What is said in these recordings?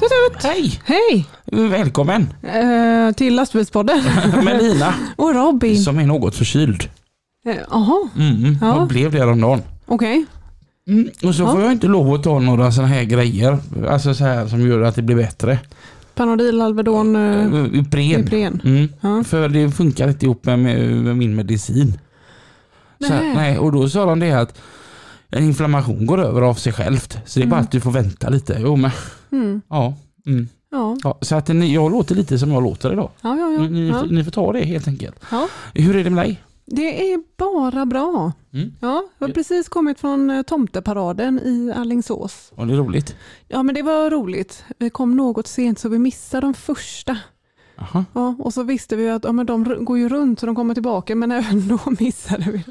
Tutut! Hej! Hej! Välkommen! Eh, till lastbilspodden. Med Lina och Robin. Eh, som är något förkyld. Jaha, Mm, Ja. Jag blev det häromdagen. okej. Mm, och så Ja. får jag inte lov att ta några sådana här grejer. Alltså så här som gör att det blir bättre. Panodil, Alvedon, eh, Mm. Ipren. Ipren. Mm. Ja. För det funkar inte ihop med, med min medicin. Så, Nej. här, nej, och då sa de det att en inflammation går över av sig självt. Så det är bara Mm. att du får vänta lite. Jo, men, Mm. ja, mm. Ja, ja, så att ni- jag låter lite som jag låter idag. ja, ja. ja. Ni, ja. ni får ta det helt enkelt. ja. Hur är det med dig? Det är bara bra. Mm. Ja, jag har precis kommit från eh, tomteparaden i Allingsås. Var det roligt? Ja, men det var roligt. Vi kom något sent så vi missade de första. Aha. Ja, och så visste vi att ja, men de ru- går ju runt så de kommer tillbaka men även då missade vi.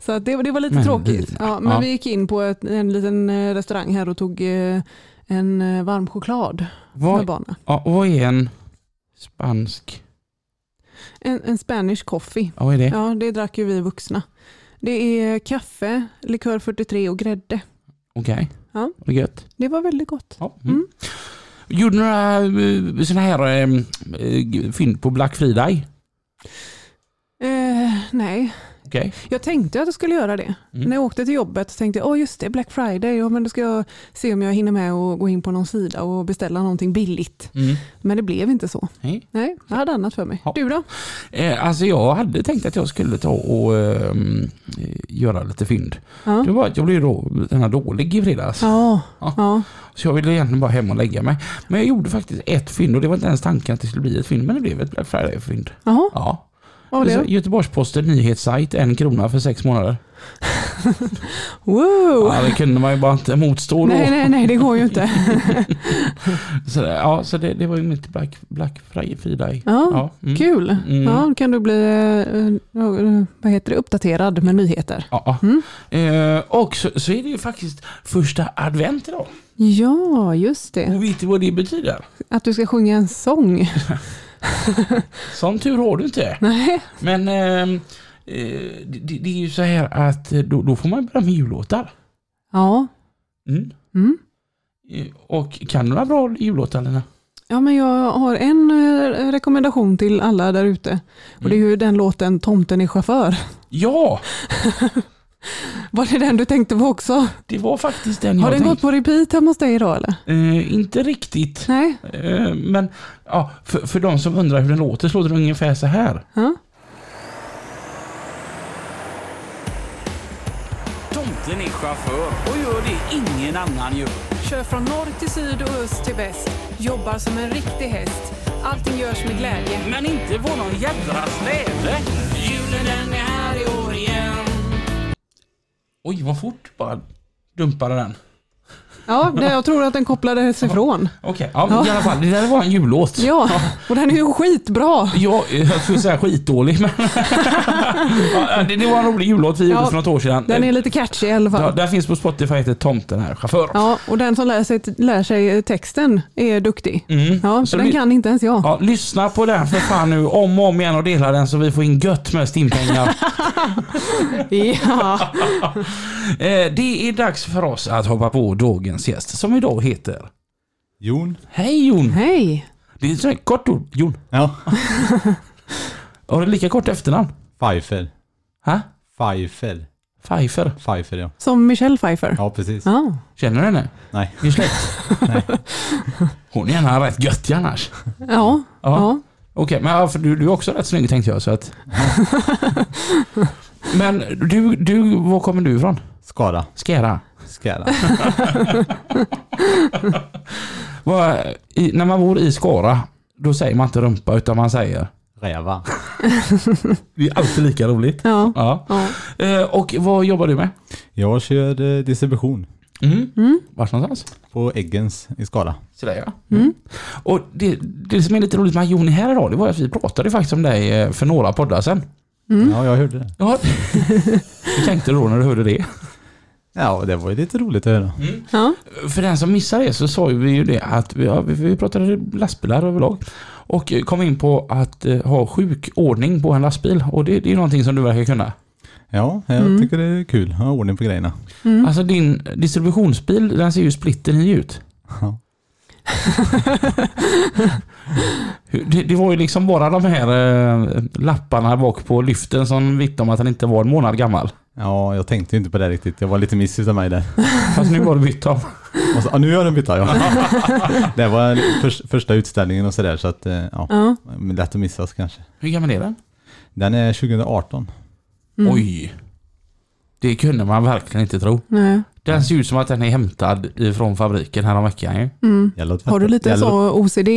Så att det, det var lite Men tråkigt. Lina, Ja, men ja. vi gick in på ett, en liten eh, restaurang här och tog eh, en eh, varm choklad med Vad, barnen. ja, vad är en spansk... En, en Spanish coffee. Ja, vad är det? Ja, det drack ju vi vuxna. Det är kaffe, likör 43 och grädde. Okej. Ja. Var det gött? Det var väldigt gott. Ja. Mm. Mm. Gjorde några eh, såna här eh, eh, fynd på Black Friday? Eh, nej, Okej. jag tänkte att jag skulle göra det. Mm. När jag åkte till jobbet så tänkte jag, oh just det, Black Friday, ja, men då ska jag se om jag hinner med att gå in på någon sida och beställa någonting billigt. Mm. Men det blev inte så. Hej. Nej, jag hade annat för mig. Ja. Du då? Eh, alltså jag hade tänkt att jag skulle ta och eh, göra lite fynd. Ja. Det var att jag blev då, den här dålig i fredags. Ja, Ja. ja. Så jag ville egentligen bara hem och lägga mig. Men jag gjorde faktiskt ett fynd och det var inte ens tanken att det skulle bli ett fynd. Men det blev ett Black Friday-fynd. Jaha, Ja. vad var det? Så Göteborgs-Posten nyhetssajt, en krona för sex månader. Wow! Ja, det kunde man ju bara inte motstå då. Oh. Nej, nej, nej, det går ju inte. Så, det- ja, så det, det var ju mitt Black, Black Friday. Friday. Ja, Ja, mm. Kul! Mm. Ja, då kan du bli eh, eh, vad heter det, uppdaterad med nyheter. Ja. Mm. Eh, och så, så är det ju faktiskt första advent idag. Ja, just det. Och vet du vad det betyder? Att du ska sjunga en sång. Som tur har du inte. Nej. Men ehm, eh, det, det det är ju så här att eh, då, då får man börja med jullåtar. Ja. Mm. Mm. Eh, Och kan du några bra jullåtar Lina? Ja, men jag har en eh, rekommendation till alla där ute. Och det är Mm. ju den låten Tomten är chaufför. Ja, Var det den du tänkte på också? det var faktiskt den Har jag den gått tänkte. på repeat hemma hos dig idag eller? Eh, inte riktigt. Nej? Eh, Men ja, för, för de som undrar hur den låter så låter den ungefär så här. Ja. Tomten är chaufför och gör det ingen annan gör. Kör från norr till syd och öst till väst. Jobbar som en riktig häst. Allting görs med glädje. Men inte på någon jädra släde. Julen den är här i år igen. Oj, vad fort bara dumpade den. Ja, det, jag tror att den kopplades ifrån. Okej, ja, men i alla fall. Det där var en jullåt. Ja, och den är ju skitbra. Ja, jag skulle säga skitdålig men... ja, det, det var en rolig jullåt vi gjorde Ja, för något år sedan. Den är lite catchy i alla ja, fall. där finns på Spotify heter Tomten här, chaufför. Ja, och den som lär sig, lär sig texten är duktig. Mm. Ja, Så för den vi- kan inte ens jag. Ja, lyssna på den för fan nu om och om igen och dela den så vi får in gött med stimpengar. Ja. eh, det är dags för oss att hoppa på dagens gäst som idag heter... Jon? Hej Jon! Hej. Det är ett sånt här kort ord, Jon. Ja. Har du lika kort efternamn? Pfeiffer. Ha? Pfeiffer. Pfeiffer. Pfeiffer ja. Som Michelle Pfeiffer. Ja precis. Ja. Känner du henne? Nej. Vi är släkt. Hon är gärna rätt göttig annars. Ja. ja. Okej, men ja, för du, du är också rätt snygg tänkte jag. Så att... men du, du, var kommer du ifrån? Skara. Skara? Skara. Vad- i- När man bor i Skara, då säger man inte rumpa utan man säger... Räva. Det är alltid lika roligt. Ja. Ja. Ja. Eh, Och vad jobbar du med? Jag körde distribution Mm. Mm. Vart någonstans? på Eggens i Skara. Sådär ja. Mm. Och det, det som är lite roligt med att Jon är här idag, det var att vi pratade faktiskt om dig eh, för några poddar sedan. Mm. Ja, jag hörde det. Ja. Hur tänkte du då när du hörde det? Ja, det var ju lite roligt att höra. Ja. För den som missar det så sa ju vi ju det att vi, ja, vi- vi pratade lastbilar överlag och eh, kom in på att eh, ha sjukordning på en lastbil och det, det är någonting som du verkar kunna. Ja, jag Mm. tycker det är kul att ha ordning på grejerna. Mm. Alltså din distributionsbil, den ser ju splitter ny ut. Ja. Hur- Det, det var ju liksom bara de här eh, lapparna bak på lyften som vittnade om att han inte var en månad gammal. ja, jag tänkte ju inte på det riktigt. Jag var lite miss av mig där. Fast nu var det bytt om. Och så, ah, nu har den bytt, ja. Det var förs- första utställningen och sådär, så att eh, ja, Ja. lätt att missas kanske. Hur gammal är den? Den är 2018. Mm. Oj! Det kunde man verkligen inte tro. Nej. Den ser ut som att den är hämtad ifrån fabriken häromveckan ju. Mm. Gäller att tvätta. Har du lite Gäller- så OCD?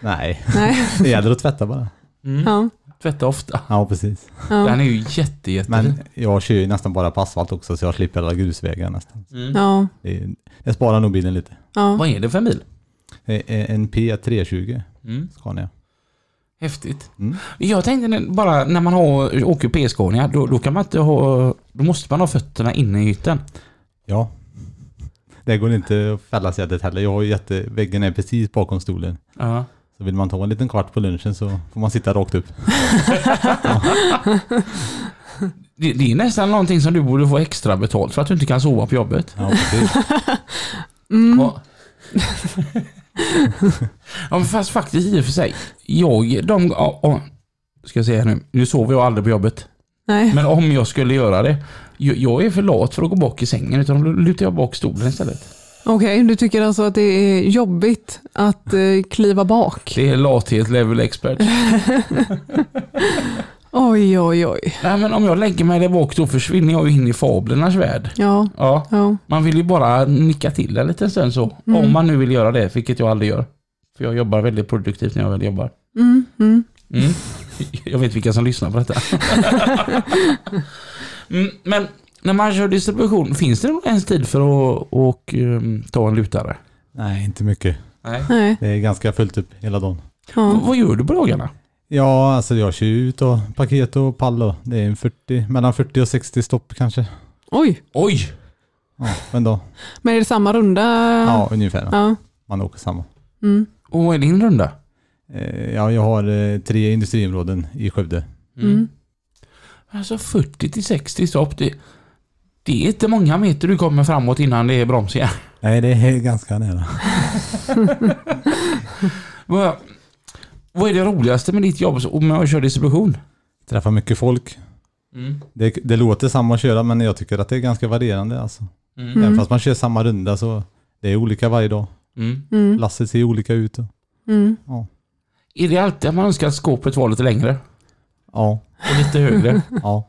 Nej, Nej. det gäller att tvätta bara. Mm. Ja. Tvätta ofta. Ja, precis. Ja. Den är ju jätte, jätte Men jag kör ju nästan bara på asfalt också, så jag slipper alla grusvägar nästan. mm. Ja. Det, är- det sparar nog bilen lite. Ja. Vad är det för bil? Det är Eh, En P320 Mm. Scania. Häftigt. Mm. Jag tänkte när- bara när man har, åker P-Scania, då, då kan man inte ha, då måste man ha fötterna inne i hytten. Ja. Det går inte att fälla sätet heller. Jag har ju jätte, väggen är precis bakom stolen. Ja. Så vill man ta en liten kvart på lunchen så får man sitta rakt upp. Det, det är nästan någonting som du borde få extra betalt för att du inte kan sova på jobbet. Ja, precis. Mm. Ja. ja, men fast faktiskt i och för sig. Jag, de, ja, ja, ska jag säga nu, nu sover jag aldrig på jobbet. Nej. Men om jag skulle göra det. Jag, jag är för lat för att gå bak i sängen utan då lutar jag bak stolen istället. Okej, du tycker alltså att det är jobbigt att eh, kliva bak? Det är lathet level expert. Oj, oj, oj. Nej men om jag lägger mig där bak då försvinner jag ju in i fablernas värld. Ja. Ja, Ja. man vill ju bara nicka till en liten stund så. Mm. Om man nu vill göra det, vilket jag aldrig gör. För jag jobbar väldigt produktivt när jag väl jobbar. Mm, mm. Mm. Jag vet vilka som lyssnar på detta. mm, men när man kör distribution, finns det nog ens tid för att och, ehm, ta en lutare? Nej, inte mycket. Nej. Nej. Det är ganska fullt upp hela dagen. V- Ja. vad gör du på dagarna? Ja, alltså jag kör ju ut och paket och pall och det är en 40, mellan 40 och 60 stopp kanske. Oj, Oj! Ja, men då. men är det samma runda? Ja, ungefär. Ja. Man åker samma. Mm. Och vad är din runda? Eh, Ja, jag har eh, tre industriområden i Skövde. Mm. Alltså 40 till 60 stopp, det, det är inte många meter du kommer framåt innan det är broms igen. Nej, det är ganska nära. Vad, vad är det roligaste med ditt jobb och med att köra distribution? Träffar mycket folk. Mm. Det, det låter samma att köra, men jag tycker att det är ganska varierande alltså. Mm. Även fast man kör samma runda så det är olika varje dag. Mm. Mm. Lasset ser olika ut. Och, Mm. Är det alltid att man önskar att skåpet var lite längre ja, och lite högre? ja,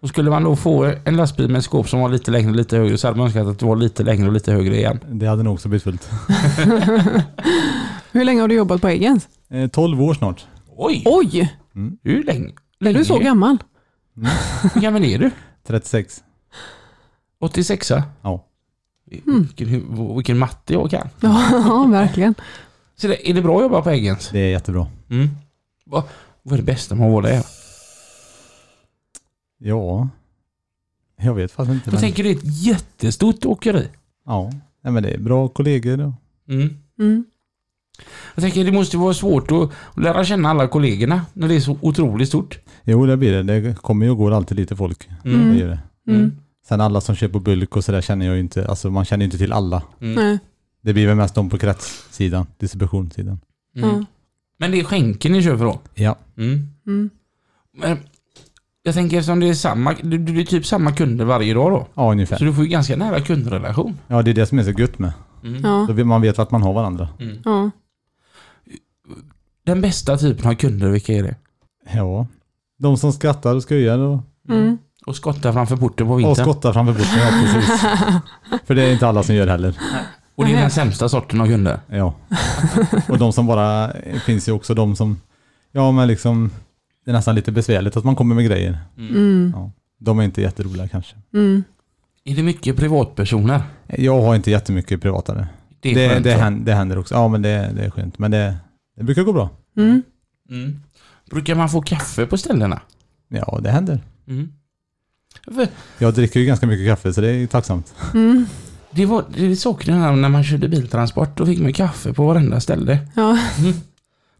och skulle man då få en lastbil med ett skåp som var lite längre och lite högre så hade man önskat att det var lite längre och lite högre igen. det hade nog också blivit fullt. Hur länge har du jobbat på Eggens? Eh, 12 år snart. Oj! Oj, Hur länge? är länge? du så gammal? Hur gammal är du? 36. 86 Ja. Mm. Vilken, vilken matte jag kan. Ja, verkligen. Så det, är det bra att jobba på Eggens? Det är jättebra. Mm. Vad, vad är det bästa med att vara där? Ja, jag vet faktiskt inte. Jag Men, tänker det är ett jättestort åkeri. ja, nej, men det är bra kollegor. Och, Mm. Jag tänker det måste vara svårt att, att lära känna alla kollegorna när det är så otroligt stort. jo, det blir det. Det kommer ju och går alltid lite folk. Mm. Det gör det. Mm. Sen alla som kör på bulk och sådär känner jag ju inte. Alltså man känner ju inte till alla. Nej. Det blir väl mest de på kretssidan, distributionssidan. Mm. Ja. Men det är skänken ni kör för då? Ja. Mm. Men jag tänker eftersom det är samma, du, du är typ samma kunder varje dag då. Ja, ungefär. Så du får ju ganska nära kundrelation. Ja, det är det som är så gött med. Ja. Då vill man vet att man har varandra. Ja. Den bästa typen av kunder, vilka är det? Ja. De som skrattar och skojar och, Mm. Och skottar framför porten på och vintern. Och, skottar framför bussen. Ja, precis. För det är inte alla som gör heller. det är den sämsta sorten av kunder. Ja. Och de som bara, finns ju också de som, ja men liksom, det är nästan lite besvärligt att man kommer med grejer. Mm. De är inte jätteroliga kanske. Mm. Är det mycket privatpersoner? Jag har inte jättemycket privatare. Det Det, är det, skönt. va? händer, det händer också. Ja, men det, det är skönt. Men det, det brukar gå bra. Mm. Mm. Brukar man få kaffe på ställena? Ja, det händer. Mm. För Jag dricker ju ganska mycket kaffe så det är ju tacksamt. Mm. det var det saknade jag när man körde biltransport. Då fick man kaffe på varenda ställe. Mm. Ja.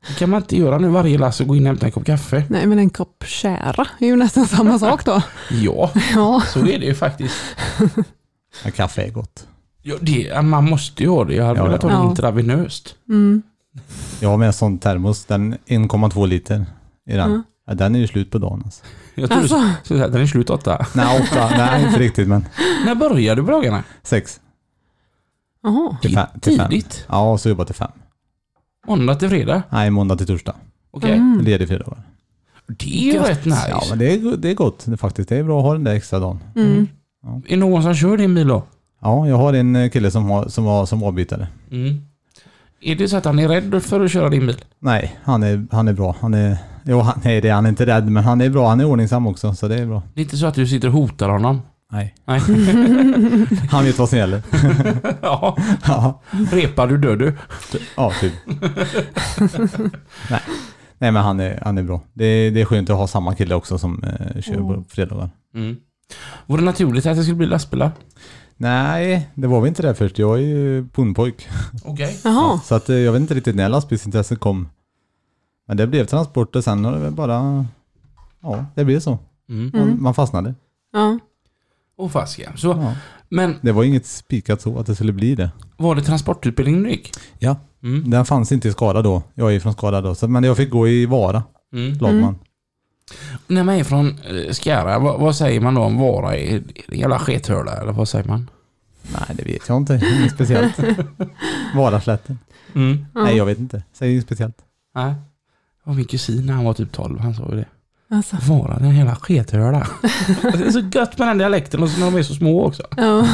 Det kan man inte göra nu varje lass och gå in och hämta en kopp kaffe. Nej, men en kopp kära är ju nästan samma sak då. Ja, Ja. så är det ju faktiskt. Men kaffe är gott. Ja, det, man måste ju ha det. Jag hade Ja, velat ja. ha det Ja. intravenöst. Mm. Jag har med en sån termos, den 1,2 liter i den. Ja. Ja, den är ju slut på dagen alltså. Jag tror Alltså, du skulle säga att den är slut åtta. Nej, åtta. nej, inte riktigt men När började du på dagarna? sex. jaha. Till fe- till fem. Tidigt. Ja, och så jobbar till fem. Måndag till fredag. Nej, måndag till torsdag. Okej. Mm. Ledig fredag. bara. Det är ju Gött. rätt nice. Ja, men det är, det är gott det, är faktiskt. Det är bra att ha den där extra dagen. Mm. Är det någon som kör din bil då? Ja, jag har en eh, kille som, har, som var som avbytare. Mm. Är det så att han är rädd för att köra din bil? Nej, han är, han är bra. Han är, jo, han, nej, det är han inte rädd, men han är bra. Han är ordningsam också, så det är bra. Det är inte så att du sitter och hotar honom? Nej. Nej. Han vet vad som gäller. ja. Ja, Repar du dör du. ja typ. nej. nej, men han är, han är bra. Det är, det är skönt att ha samma kille också som eh, kör på fredagar. Mm. Vore det naturligt att det skulle bli lastbilar? Nej, det var vi inte där först. Jag är ju bondpojk. Okej. Jaha. Så att, eh, jag vet inte riktigt när lastbilsintresset kom. Men det blev transport och sen har det väl bara... Ja, det blev så. Mm. Man, man fastnade. Ja. Och fasken. Så, Ja. men Det var inget spikat så att det skulle bli det. var det transportutbildning du gick? Ja. Mm. Den fanns inte i Skara då. Jag är från Skara då. Så, men jag fick gå i Vara, Mm. lagman. När man är från eh, Skara, vad, vad säger man då om Vara? Är det en jävla skethöla eller vad säger man? Nej, det vet jag inte. Inget speciellt. Varaslätten. Mm. Nej, jag vet inte. Säg inget speciellt. Nej. Äh? Det var min kusin när han var typ 12, han sa ju det. Alltså. Vara den jävla skethöla. det är så gött med den dialekten och så när de är så små också. Ja.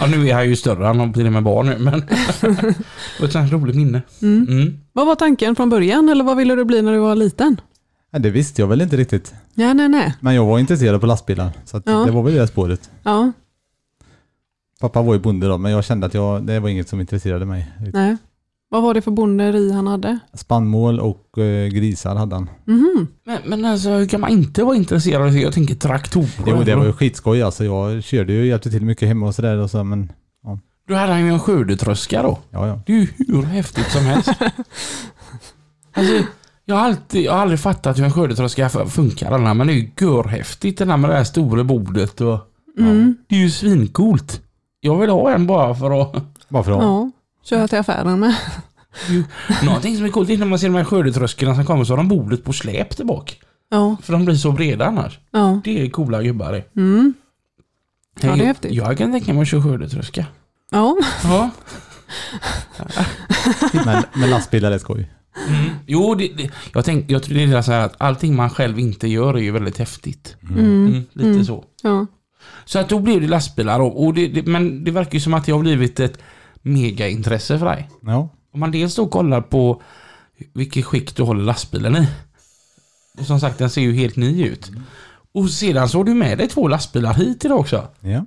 Ja nu är han ju större, han har till och med barn nu men. det var ett sånt här roligt minne. Mm. Mm. Vad var tanken från början eller vad ville du bli när du var liten? Nej, det visste jag väl inte riktigt. Ja, nej, nej. Men jag var intresserad på lastbilar. Så att Ja. det var väl det spåret. Ja, Pappa var ju bonde då, men jag kände att jag, det var inget som intresserade mig. nej. Vad var det för bonderi han hade? Spannmål och eh, grisar hade han. Mhm. Men, men alltså hur kan man inte vara intresserad? Jag tänker traktorer. Jo, det var ju skitskoj alltså. Jag körde ju och hjälpte till mycket hemma och sådär. och så, Men Då hade han ju en skördetröska då. ja, ja. Det är ju hur häftigt som helst. alltså, jag har, alltid, jag har aldrig fattat hur en skördetröska f- funkar annars, men det är ju görhäftigt den här med det här stora bordet och... Mm. Det är ju svincoolt. Jag vill ha en bara för att... Bara för att ha. Ja. Köra till affären med. Någonting som är coolt är när man ser de här skördetröskorna som kommer så har de bordet på släp där bak. Ja, För de blir så breda annars. ja. Det är coola gubbar det. Mm. Ja, det är häftigt. Jag kan tänka mig att köra skördetröska. Ja, Ja. Men, men lastbilar är skoj. Mm. Jo, det, det, jag tänkte, jag tror det är så här att allting man själv inte gör är ju väldigt häftigt. Mm, lite så. ja. Så att då blev det lastbilar och, och det, det, men det verkar ju som att det har blivit ett megaintresse för dig. Ja. Om man dels då kollar på vilket skick du håller lastbilen i. Och som sagt den ser ju helt ny ut. Och sedan så har du med dig två lastbilar hit idag också. ja.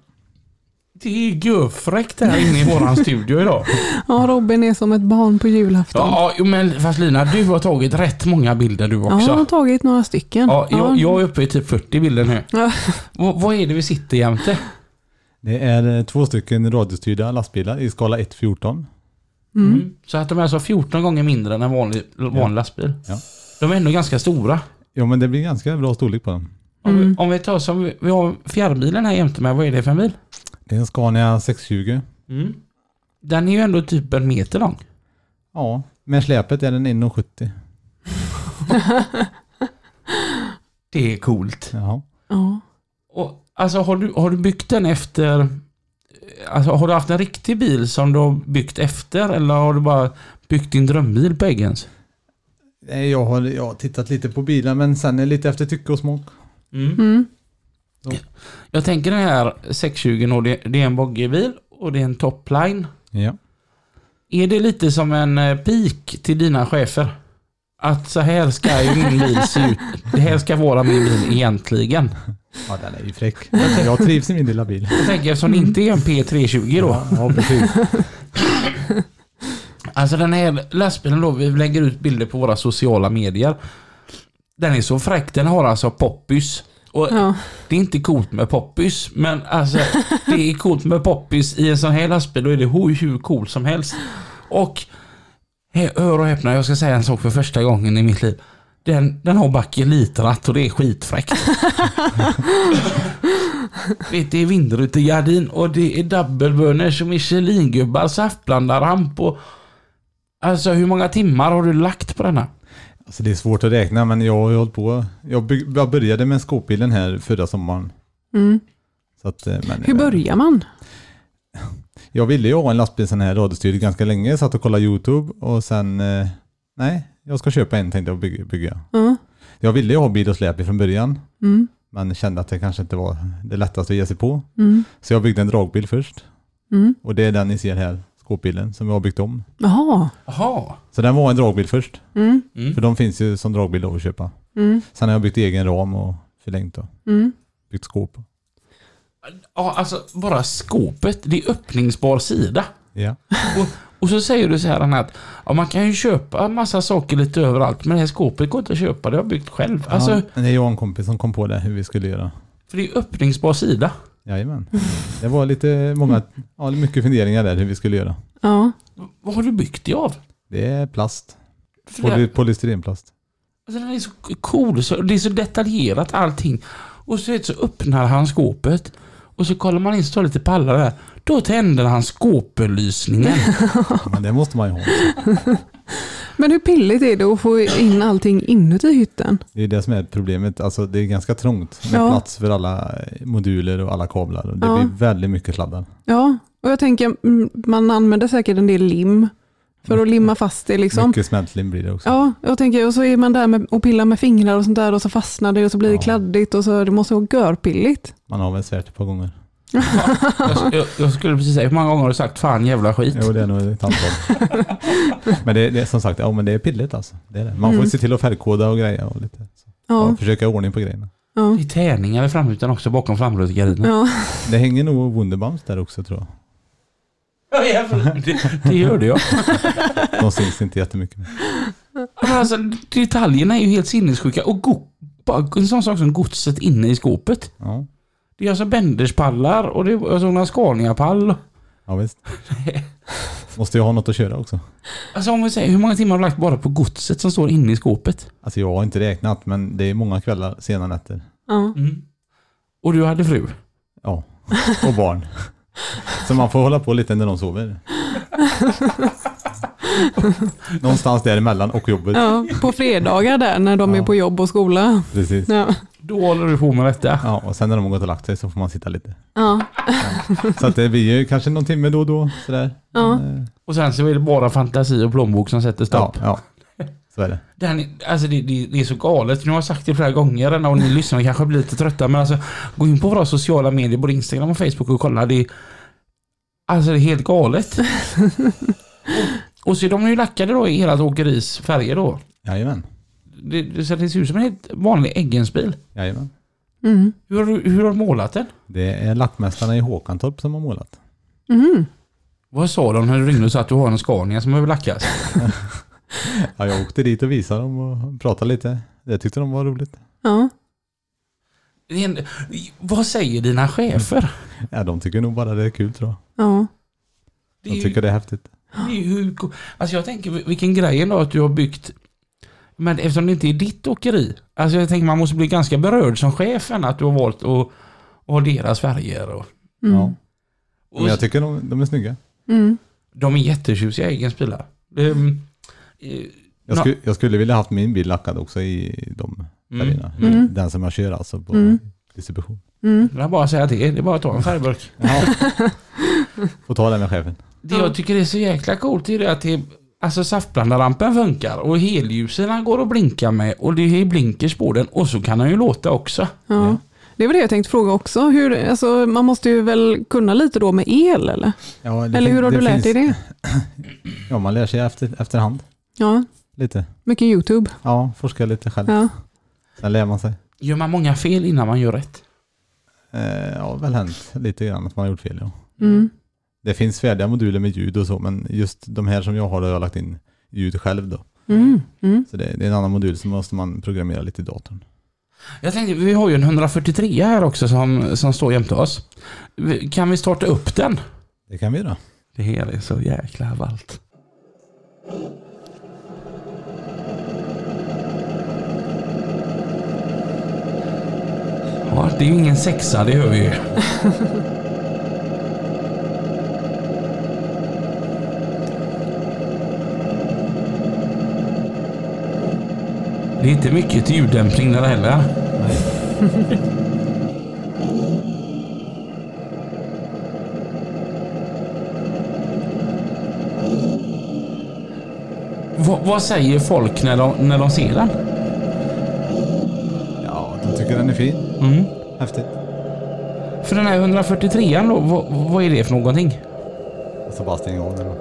Det är görfräckt här inne i våran studio idag. ja Robin är som ett barn på julafton. Ja, jo, men fast Lina du har tagit rätt många bilder du Ja, jag har också. tagit några stycken. Ja, jag, jag är uppe i typ 40 bilder nu. Ja. V- vad är det vi sitter jämte? Det är eh, två stycken radiostyrda lastbilar i skala 1-14. Mm. Så att de är alltså 14 gånger mindre än en vanlig, vanlig lastbil. Ja. De är ändå ganska stora. Ja men det blir ganska bra storlek på dem. Om, vi, om vi tar som, vi- vi har fjärrbilen här jämte med, vad är det för en bil? Det är en Scania 620. Mm. Den är ju ändå typ en meter lång. Ja, med släpet är den 1,70. Det är coolt. Jaha. Ja. Och, alltså har du, har du byggt den efter, alltså har du haft en riktig bil som du har byggt efter eller har du bara byggt din drömbil på Eggens? Nej, Eh, Jag har, jag har tittat lite på bilar men sen är det lite efter tycke och smak. Mm. Jag tänker den här 620 och det, det är en boggiebil och det är en topline. Ja. Är det lite som en eh, pik till dina chefer? Att så här ska ju min bil se ut. Det här ska vara min bil egentligen. Ja, den är ju fräck. Alltså, Jag trivs i min lilla bil. Jag tänker eftersom det inte är en P320 då. Mm. Ja, precis. Alltså den här lastbilen då, vi lägger ut bilder på våra sociala medier. Den är så fräck, den har alltså poppys. Och Ja. Det är inte coolt med poppys, men alltså det är coolt med poppys i en sån här lastbil. Då är det hur, hur coolt som helst. Och he- hör och häpna, jag ska säga en sak för första gången i mitt liv. Den, den har bakelitratt och det är skitfräckt. Vet, det är vindrutegardin och det är dubbelböners och Michelingubbar, saftblandarramp och... Alltså hur många timmar har du lagt på denna? Alltså det är svårt att räkna men jag har ju hållit på. Jag, by- jag började med skåpbilen här förra sommaren. Mm. Så att, eh, men, Hur börjar man? Jag ville ju ha en lastbil sån här radiostyrd ganska länge. Satt och kollade YouTube och sen, eh, nej, jag ska köpa en tänkte jag bygga. bygga. Ja. Jag ville ju ha bil och släp från början. Mm. Men kände att det kanske inte var det lättaste att ge sig på. Mm. Så jag byggde en dragbil först. Mm. Och det är den ni ser här, skåpbilen, som jag har byggt om. Jaha. Jaha. Så den var en dragbil först. Mm. Mm. För de finns ju som dragbil då att köpa. Mm. Sen har jag byggt egen ram och förlängt och Mm. byggt skåp. Ja, alltså bara skåpet. Det är öppningsbar sida. Ja. Och, och så säger du så här Anna, att ja, man kan ju köpa massa saker lite överallt men det här skåpet går inte att köpa, det har jag byggt själv. Alltså, ja, det är jag och en kompis som kom på det, hur vi skulle göra. För det är ju öppningsbar sida. Jajamän. Det var lite många, ja, mycket funderingar där hur vi skulle göra. Ja. V- Vad har du byggt det av? Det är plast. För det, Poly, polystyrenplast. alltså, den är så cool, så, det är så detaljerat allting. Och så, vet, du, så öppnar han skåpet och så kollar man in så står det lite pallar där. Då tänder han skåpbelysningen. Men det måste man ju ha. Men hur pilligt är det att få in allting inuti hytten? Det är det som är problemet. Alltså det är ganska trångt med Ja. plats för alla eh, moduler och alla kablar. Och det Ja. blir väldigt mycket sladdar. Ja, och jag tänker mm, man använder säkert en del lim för att limma fast det liksom. Mycket smältlim blir det också. Ja, jag tänker och så är man där med, och pillar med fingrar och sånt där och så fastnar det och så blir det Ja. kladdigt och så det måste vara görpilligt. Man har väl svärt ett par gånger. jag, jag, jag skulle precis säga, hur många gånger har du sagt fan jävla skit? Jo, det är nog ett antal. men det, det är som sagt, ja men det är pilligt alltså. Det är det. Man får Mm. se till att färgkoda och grejer och lite. Så. Ja, Ja, försöka ha ordning på grejerna. ja. Det är tärningar i framrutan också bakom framrutegardinen. ja. Det hänger nog Wunderbaums där också tror jag. Ja, jävlar, det, det gör det ja. De syns inte jättemycket. Men alltså, detaljerna är ju helt sinnessjuka. Och go- bara en sån sak som godset inne i skåpet. Ja, Det är alltså bänderspallar och det är alltså några Scania-pall. ja visst. Måste ju ha något att köra också. Alltså om vi säger, hur många timmar har du lagt bara på godset som står inne i skåpet? Alltså jag har inte räknat men det är många kvällar, sena nätter. ja. Och du hade fru? Ja, och barn. Så man får hålla på lite när de sover. Någonstans däremellan och jobbet. ja. På fredagar där när de är Ja. på jobb och skola. Precis. Ja. Då håller du på med detta. Ja, och sen när de har gått och lagt sig så får man sitta lite. Ja. Så att det blir ju kanske någon timme då och då. Sådär. Ja. Men, eh, Och sen så är det bara fantasi och plånbok som sätter ja, stopp. ja. Så är det. Den, är- alltså det, det, det är så galet. Nu har jag sagt det flera gånger och ni lyssnare kanske blir lite trötta men alltså gå in på våra sociala medier, både Instagram och Facebook och kolla. Det är, alltså det är helt galet. och, och så är de ju lackade då i hela ett åkeris färger då. Jajamän. Det, det, så det ser ut som en helt vanlig Eggensbil. Jajamän. Mm. Hur har, du, hur har du målat den? Det är lackmästarna i Håkantorp som har målat. Mm. Vad sa de när du ringde och sa att du har en Scania som behöver lackas? Ja, jag åkte dit och visade dem och pratade lite. Det tyckte de var roligt. Ja. Det är en- Vad säger dina chefer? Ja, de tycker nog bara det är kul tror jag. Ja. Det är De ju- tycker det är häftigt. Det är ju hur, ko- alltså jag tänker vil- vilken grej ändå att du har byggt. Men eftersom det inte är ditt åkeri. Alltså jag tänker man måste bli ganska berörd som chefen att du har valt att, att ha deras färger. Och, Mm. Ja. och Men jag tycker de, de är snygga. Mm. de är jättetjusiga Eggens bilar. Ehm, eh, Jag, Nå- sku, jag skulle vilja haft min bil lackad också i de färgerna. Mm. Mm. Den som jag kör alltså på distribution. Mm. Det är bara att säga till, det är bara att ta en färgburk. Får ta den med chefen. Det jag tycker är så jäkla coolt är det att det, alltså saftblandarlampen funkar och helljusen går att blinka med och det är blinkers på den och så kan den ju låta också. Ja. Ja. Det var det jag tänkte fråga också. Hur, alltså, man måste ju väl kunna lite då med el eller? Ja, det eller fin- hur har du lärt finns- dig det? Ja, man lär sig efter, efterhand. Ja. lite. Mycket YouTube. Ja, forska lite själv. Ja. Sen lär man sig. Gör man många fel innan man gör rätt? Eh, ja, väl hänt lite grann att man har gjort fel. Ja. Mm. Det finns färdiga moduler med ljud och så, men just de här som jag har, har jag lagt in ljud själv då. Mm. Mm. Så det, det är en annan modul som måste man programmera lite i datorn. Jag tänkte, vi har ju en 143 här också som, som står jämte oss. Vi- Kan vi starta upp den? Det kan vi göra. Det här är så jäkla ballt. Ja, det är ju ingen sexa, det hör vi ju. Det är inte mycket till ljuddämpning där heller. Va, vad säger folk när de, när de ser den? Ja, de tycker den är fin. Mm. Häftigt. För den här 143an då, vad, vad är det för någonting? Och så bara stänga av den då.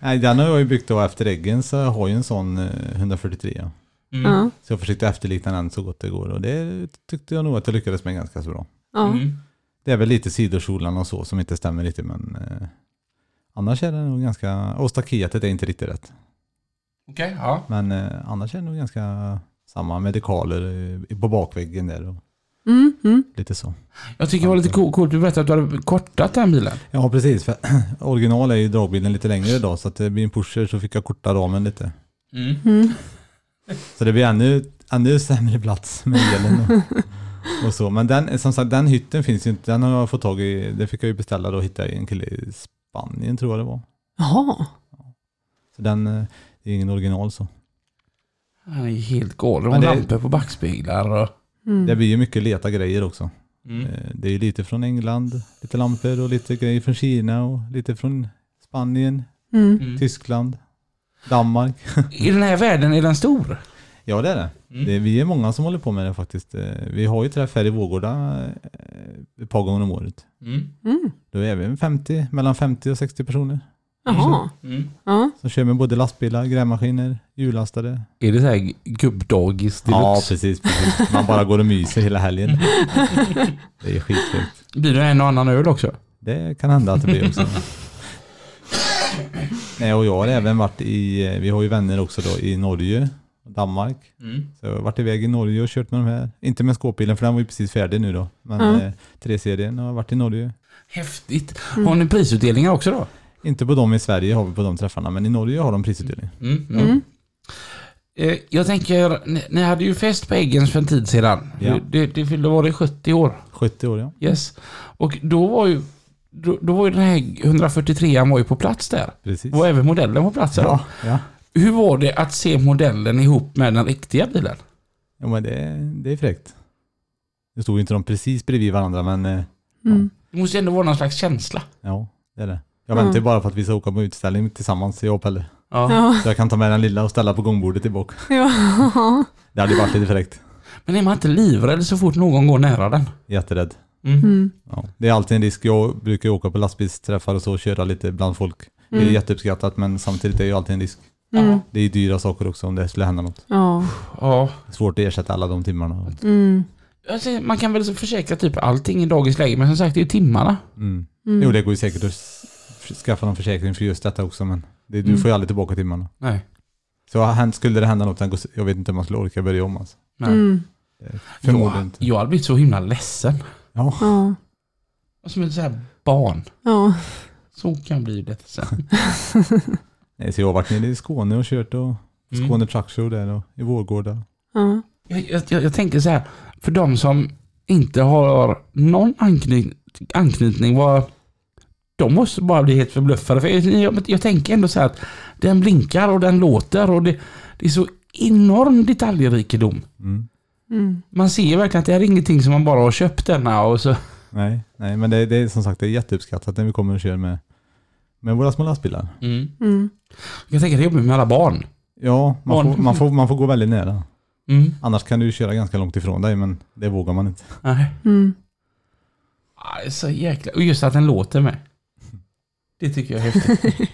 Nej, den har jag ju byggt då efter Eggen så jag har ju en sån eh, 143. ja. Ja. Så jag försökte efterlikna den så gott det går och det tyckte jag nog att jag lyckades med ganska så bra. Ja. Mm. Det är väl lite sidokjolarna och så som inte stämmer riktigt men eh, annars är det nog ganska, och staketet är inte riktigt rätt. Okej, ja. Men eh, annars är det nog ganska samma med dekaler eh, på bakväggen där och Mm. Mm. lite så. Jag tycker det var lite co- coolt, du berättade att du hade kortat den bilen. Ja, precis. För original är ju dragbilen lite längre idag, så att det blir en pusher så fick jag korta ramen lite. Mm. Så det blir ännu, ännu sämre plats med elen och, och så. Men den, som sagt, den hytten finns ju inte. Den har jag fått tag i. Det fick jag ju beställa då och hitta i en kille i Spanien tror jag det var. Jaha. Så den, eh, det är ingen original så. Han är helt galen. Men Och det- lampor på backspeglar och... Det Mm. blir ju mycket leta grejer också. Mm. Eh, Det är ju lite från England, lite lampor och lite grejer från Kina och lite från Spanien, Mm. Tyskland, Danmark. I den här världen är den stor. Ja det är det. det. Vi är många som håller på med det faktiskt. Eh, Vi har ju träff här i Vårgårda eh, ett par gånger om året. Mm. Då är vi en 50, mellan 50 och 60 personer Jaha. Ja. som kör med både lastbilar, grävmaskiner, hjullastare. Är det så här gubbdagis Ja deluxe? precis, precis. Man bara går och myser hela helgen. Det är skitfult. Blir det en och annan öl också? Det kan hända att det blir också. Nej och jag har även varit i, eh, vi har ju vänner också då i Norge, Danmark. Så jag har varit iväg i Norge och kört med de här. Inte med skåpbilen för den var ju precis färdig nu då. Men Ja. eh, 3-serien har jag varit i Norge. Häftigt. Har ni prisutdelningar också då? Inte på dem i Sverige har vi på de träffarna men i Norge har de prisutdelning. Mm. Mm. Eh, Jag tänker, ni, ni hade ju fest på Eggens för en tid sedan. Ja. Det, det fyllde, var det 70 år? 70 år ja. Yes. Och då var ju, då, då var ju den här 143an var ju på plats där. Precis. Och även modellen var på plats där. ja, ja. Hur var det att se modellen ihop med den riktiga bilen? ja men det, det är fräckt. Nu stod ju inte de precis bredvid varandra men eh, Mm. Det måste ju ändå vara någon slags känsla. ja, det är det. Jag Ja. väntar ju bara på att vi ska åka på utställning tillsammans, jag och Pelle. Ja. Så jag kan ta med den lilla och ställa på gångbordet tillbaka. Ja. Det hade ju varit lite fräckt. Men är man inte livrädd så fort någon går nära den? Jätterädd. Mm. Ja. Det är alltid en risk. Jag brukar ju åka på lastbilsträffar och så och köra lite bland folk. Det är Mm. jätteuppskattat men samtidigt är det ju alltid en risk. Mm. Det är ju dyra saker också om det skulle hända något. Ja. Ja. Svårt att ersätta alla de timmarna. Mm. Alltså, man kan väl så försäkra typ allting i dagens läge, men som sagt det är ju timmarna. Mm. Mm. Jo, det går ju säkert att s- skaffa någon försäkring för just detta också, men det, du Mm. får ju aldrig tillbaka timmarna. Nej. Så hän- skulle det hända något, sen går- jag vet inte om man skulle orka börja om alltså. Nej. Mm. Förmodligen Jag, inte. jag hade blivit så himla ledsen. Ja, Ja. Och Som ett så här barn. Ja. Så kan bli det sen. Nej, så jag har varit nere i Skåne och kört och Mm. Skåne Truck Show där och i Vårgårda. Ja. Jag, jag, jag jag tänker så här, för de som inte har någon anknyt, anknytning, vad, de måste bara bli helt förbluffade. För jag, jag, jag tänker ändå så här att den blinkar och den låter och det, det är så enorm detaljrikedom. Mm. Mm. Man ser verkligen att det här är ingenting som man bara har köpt denna och så. Nej, nej, men det, det är som sagt det är jätteuppskattat när vi kommer och kör med, med våra små lastbilar. Mm. Jag tänker det är jobbigt med alla barn. Ja, man Barn. får, man, får, man får gå väldigt nära. Mm. Annars kan du ju köra ganska långt ifrån dig, men det vågar man inte. Nej. Mm. Ah, Så jäkla... Och just att den låter med. Det tycker jag är häftigt.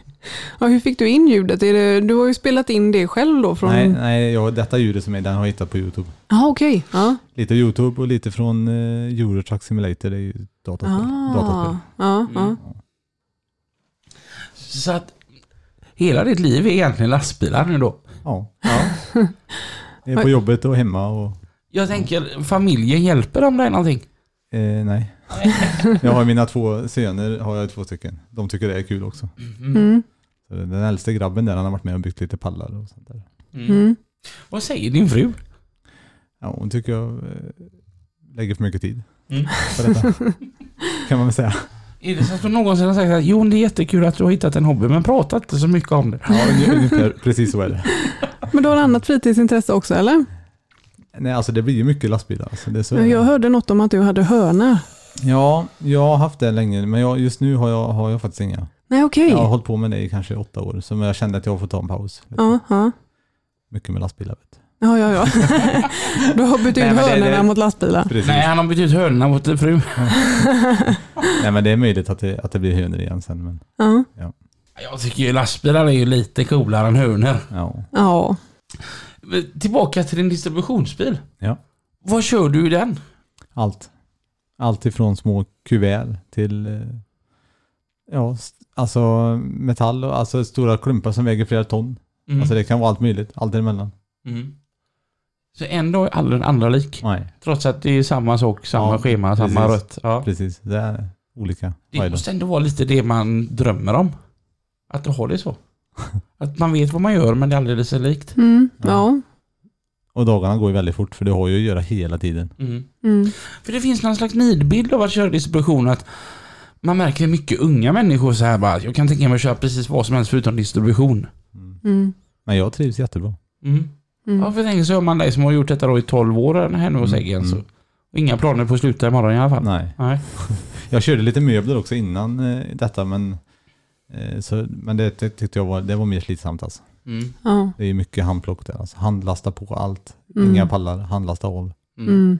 Ja, hur fick du in ljudet? Är det, du har ju spelat in det själv då? Från... Nej, nej jag, detta ljudet som är, den har jag hittat på Youtube. Ah, okej. Ja. Lite Youtube och lite från eh, Euro Truck Simulator, det är ju dataspel. Ah, dataspel. ja, ja. Så att hela ditt liv är egentligen lastbilar nu då. Ja. ja. Det är på jobbet och hemma och... Jag tänker, familjen hjälper om det är någonting? Eh, nej. Jag har mina två söner, har jag två stycken. De tycker det är kul också. Mm. Så Den äldste grabben där, han har varit med och byggt lite pallar och sånt där. Mm. Vad säger din fru? Ja, hon tycker jag eh, lägger för mycket tid på detta. kan man väl säga. Är det så att hon någonsin har sagt att jo, det är jättekul att du har hittat en hobby, men prata inte så mycket om det. Ja, ungefär, precis så är det. Men du har annat fritidsintresse också eller? Nej, alltså det blir ju mycket lastbilar. Alltså, det är så. Jag hörde något om att du hade hönor. Ja, jag har haft det länge, men jag, just nu har jag, har jag faktiskt inga. Nej, okej. Jag har hållit på med det i kanske åtta år, så jag kände att jag får ta en paus. Ja, ja. Mycket med lastbilar. Vet du. Ja, ja, ja. Du har bytt ut Nej, men det- hönorna det- mot lastbilar. Precis. Nej, Nej. han har bytt ut hönorna mot din fru. men det är möjligt att det, att det blir hönor igen sen. Men, Ja. Jag tycker ju lastbilar är ju lite coolare än hönor. ja. ja. Men Tillbaka till din distributionsbil. Ja. Vad kör du i den? Allt. Allt ifrån små kuvert till eh, ja, st- alltså metall och alltså stora klumpar som väger flera ton. Mm. Alltså det kan vara allt möjligt, allt emellan. mm. Så ändå är aldrig den andra lik. Nej, Trots att det är samma sak, samma Ja, schema, samma precis. rött. Ja. precis. Det är olika. Det måste ändå vara lite det man drömmer om. Att du har det så. Att man vet vad man gör men det är alldeles så likt. Mm. ja. Och dagarna går ju väldigt fort för du har ju att göra hela tiden. Mm. För det finns någon slags nidbild av att köra distribution att man märker hur mycket unga människor så här bara, jag kan tänka mig att köra precis vad som helst förutom distribution. Mm. Men jag trivs jättebra. Mm. Ja, för tänk så är man dig som har gjort detta då i 12 år här nu hos Mm, Eggen. mm. Så. Och inga planer på att sluta imorgon i alla fall. Nej. Nej. Jag körde lite möbler också innan eh, detta men, eh, så, men det, ty- tyckte jag var, det var mer slitsamt alltså. Mm. Ja. Det är ju mycket handplock där alltså. Handlasta på allt. Mm. Inga pallar, handlasta av. Mm. Mm.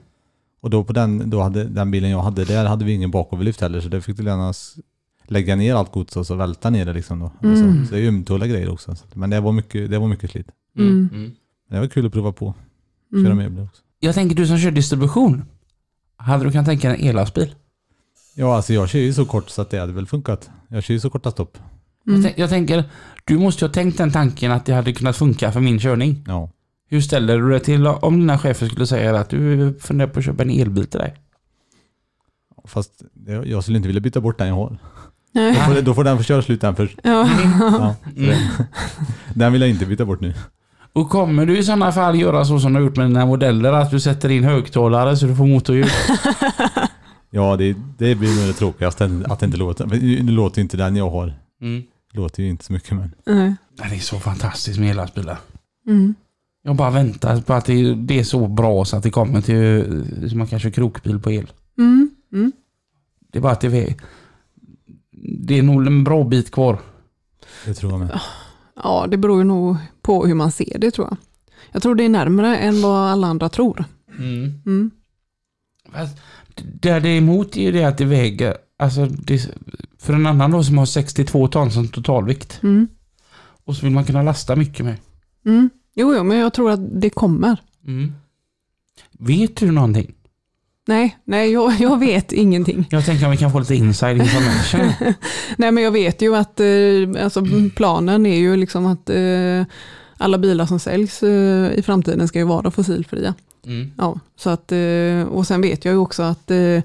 Och då på den, då hade, den bilen jag hade, där hade vi ingen bakoverlyft heller så det fick du gärna s- lägga ner allt gods och så välta ner det liksom då. Och Mm. Så, så det är ju ömtåliga grejer också. Så att- Men det var mycket, det var mycket slit. Mm. Mm. Mm. Men det var kul att prova på. Köra Mm. möbler också. Jag tänker du som kör distribution, hade du kunnat tänka dig en ellastbil? Ja, alltså jag kör ju så kort så att det hade väl funkat. Jag kör ju så korta stopp. Jag, Mm. tän- jag tänker, du måste ju ha tänkt den tanken att det hade kunnat funka för min körning. Ja. Hur ställer du dig till om dina chefer skulle säga att du funderar på att köpa en elbil till dig? Fast jag jag skulle inte vilja byta bort den jag har. Då Nej. får, det- då får den få köra slut den först. Ja. Ja, så det- den vill jag inte byta bort nu. Och kommer du i sådana fall göra så som du har gjort med dina modeller, att du sätter in högtalare så du får motorljud? Ja, det, det blir nog det tråkigaste, att det inte låter. Men Nu låter ju inte den jag har. Mm. Låter ju inte så mycket men. Nej. Det är så fantastiskt med ellastbilar. Mm. Jag bara väntar på att det, det är så bra så att det kommer till, så man kan köra krokbil på el. Mm. Mm. Det är bara att det är, det är nog en bra bit kvar. Det tror jag med. Ja, det beror ju nog på hur man ser det tror jag. Jag tror det är närmare än vad alla andra tror. Mm. Fast, där det är emot är ju det att det väger, alltså det, för en annan då som har 62 ton som totalvikt Mm. och så vill man kunna lasta mycket med. Mm. Jo, jo, men jag tror att det kommer. Mm. Vet du någonting? Nej, nej jag, jag vet ingenting. Jag tänker om vi kan få lite inside information. Nej, men jag vet ju att eh, alltså, planen är ju liksom att eh, alla bilar som säljs eh, i framtiden ska ju vara fossilfria. Mm. Ja, så att, eh, och sen vet jag ju också att eh, eh,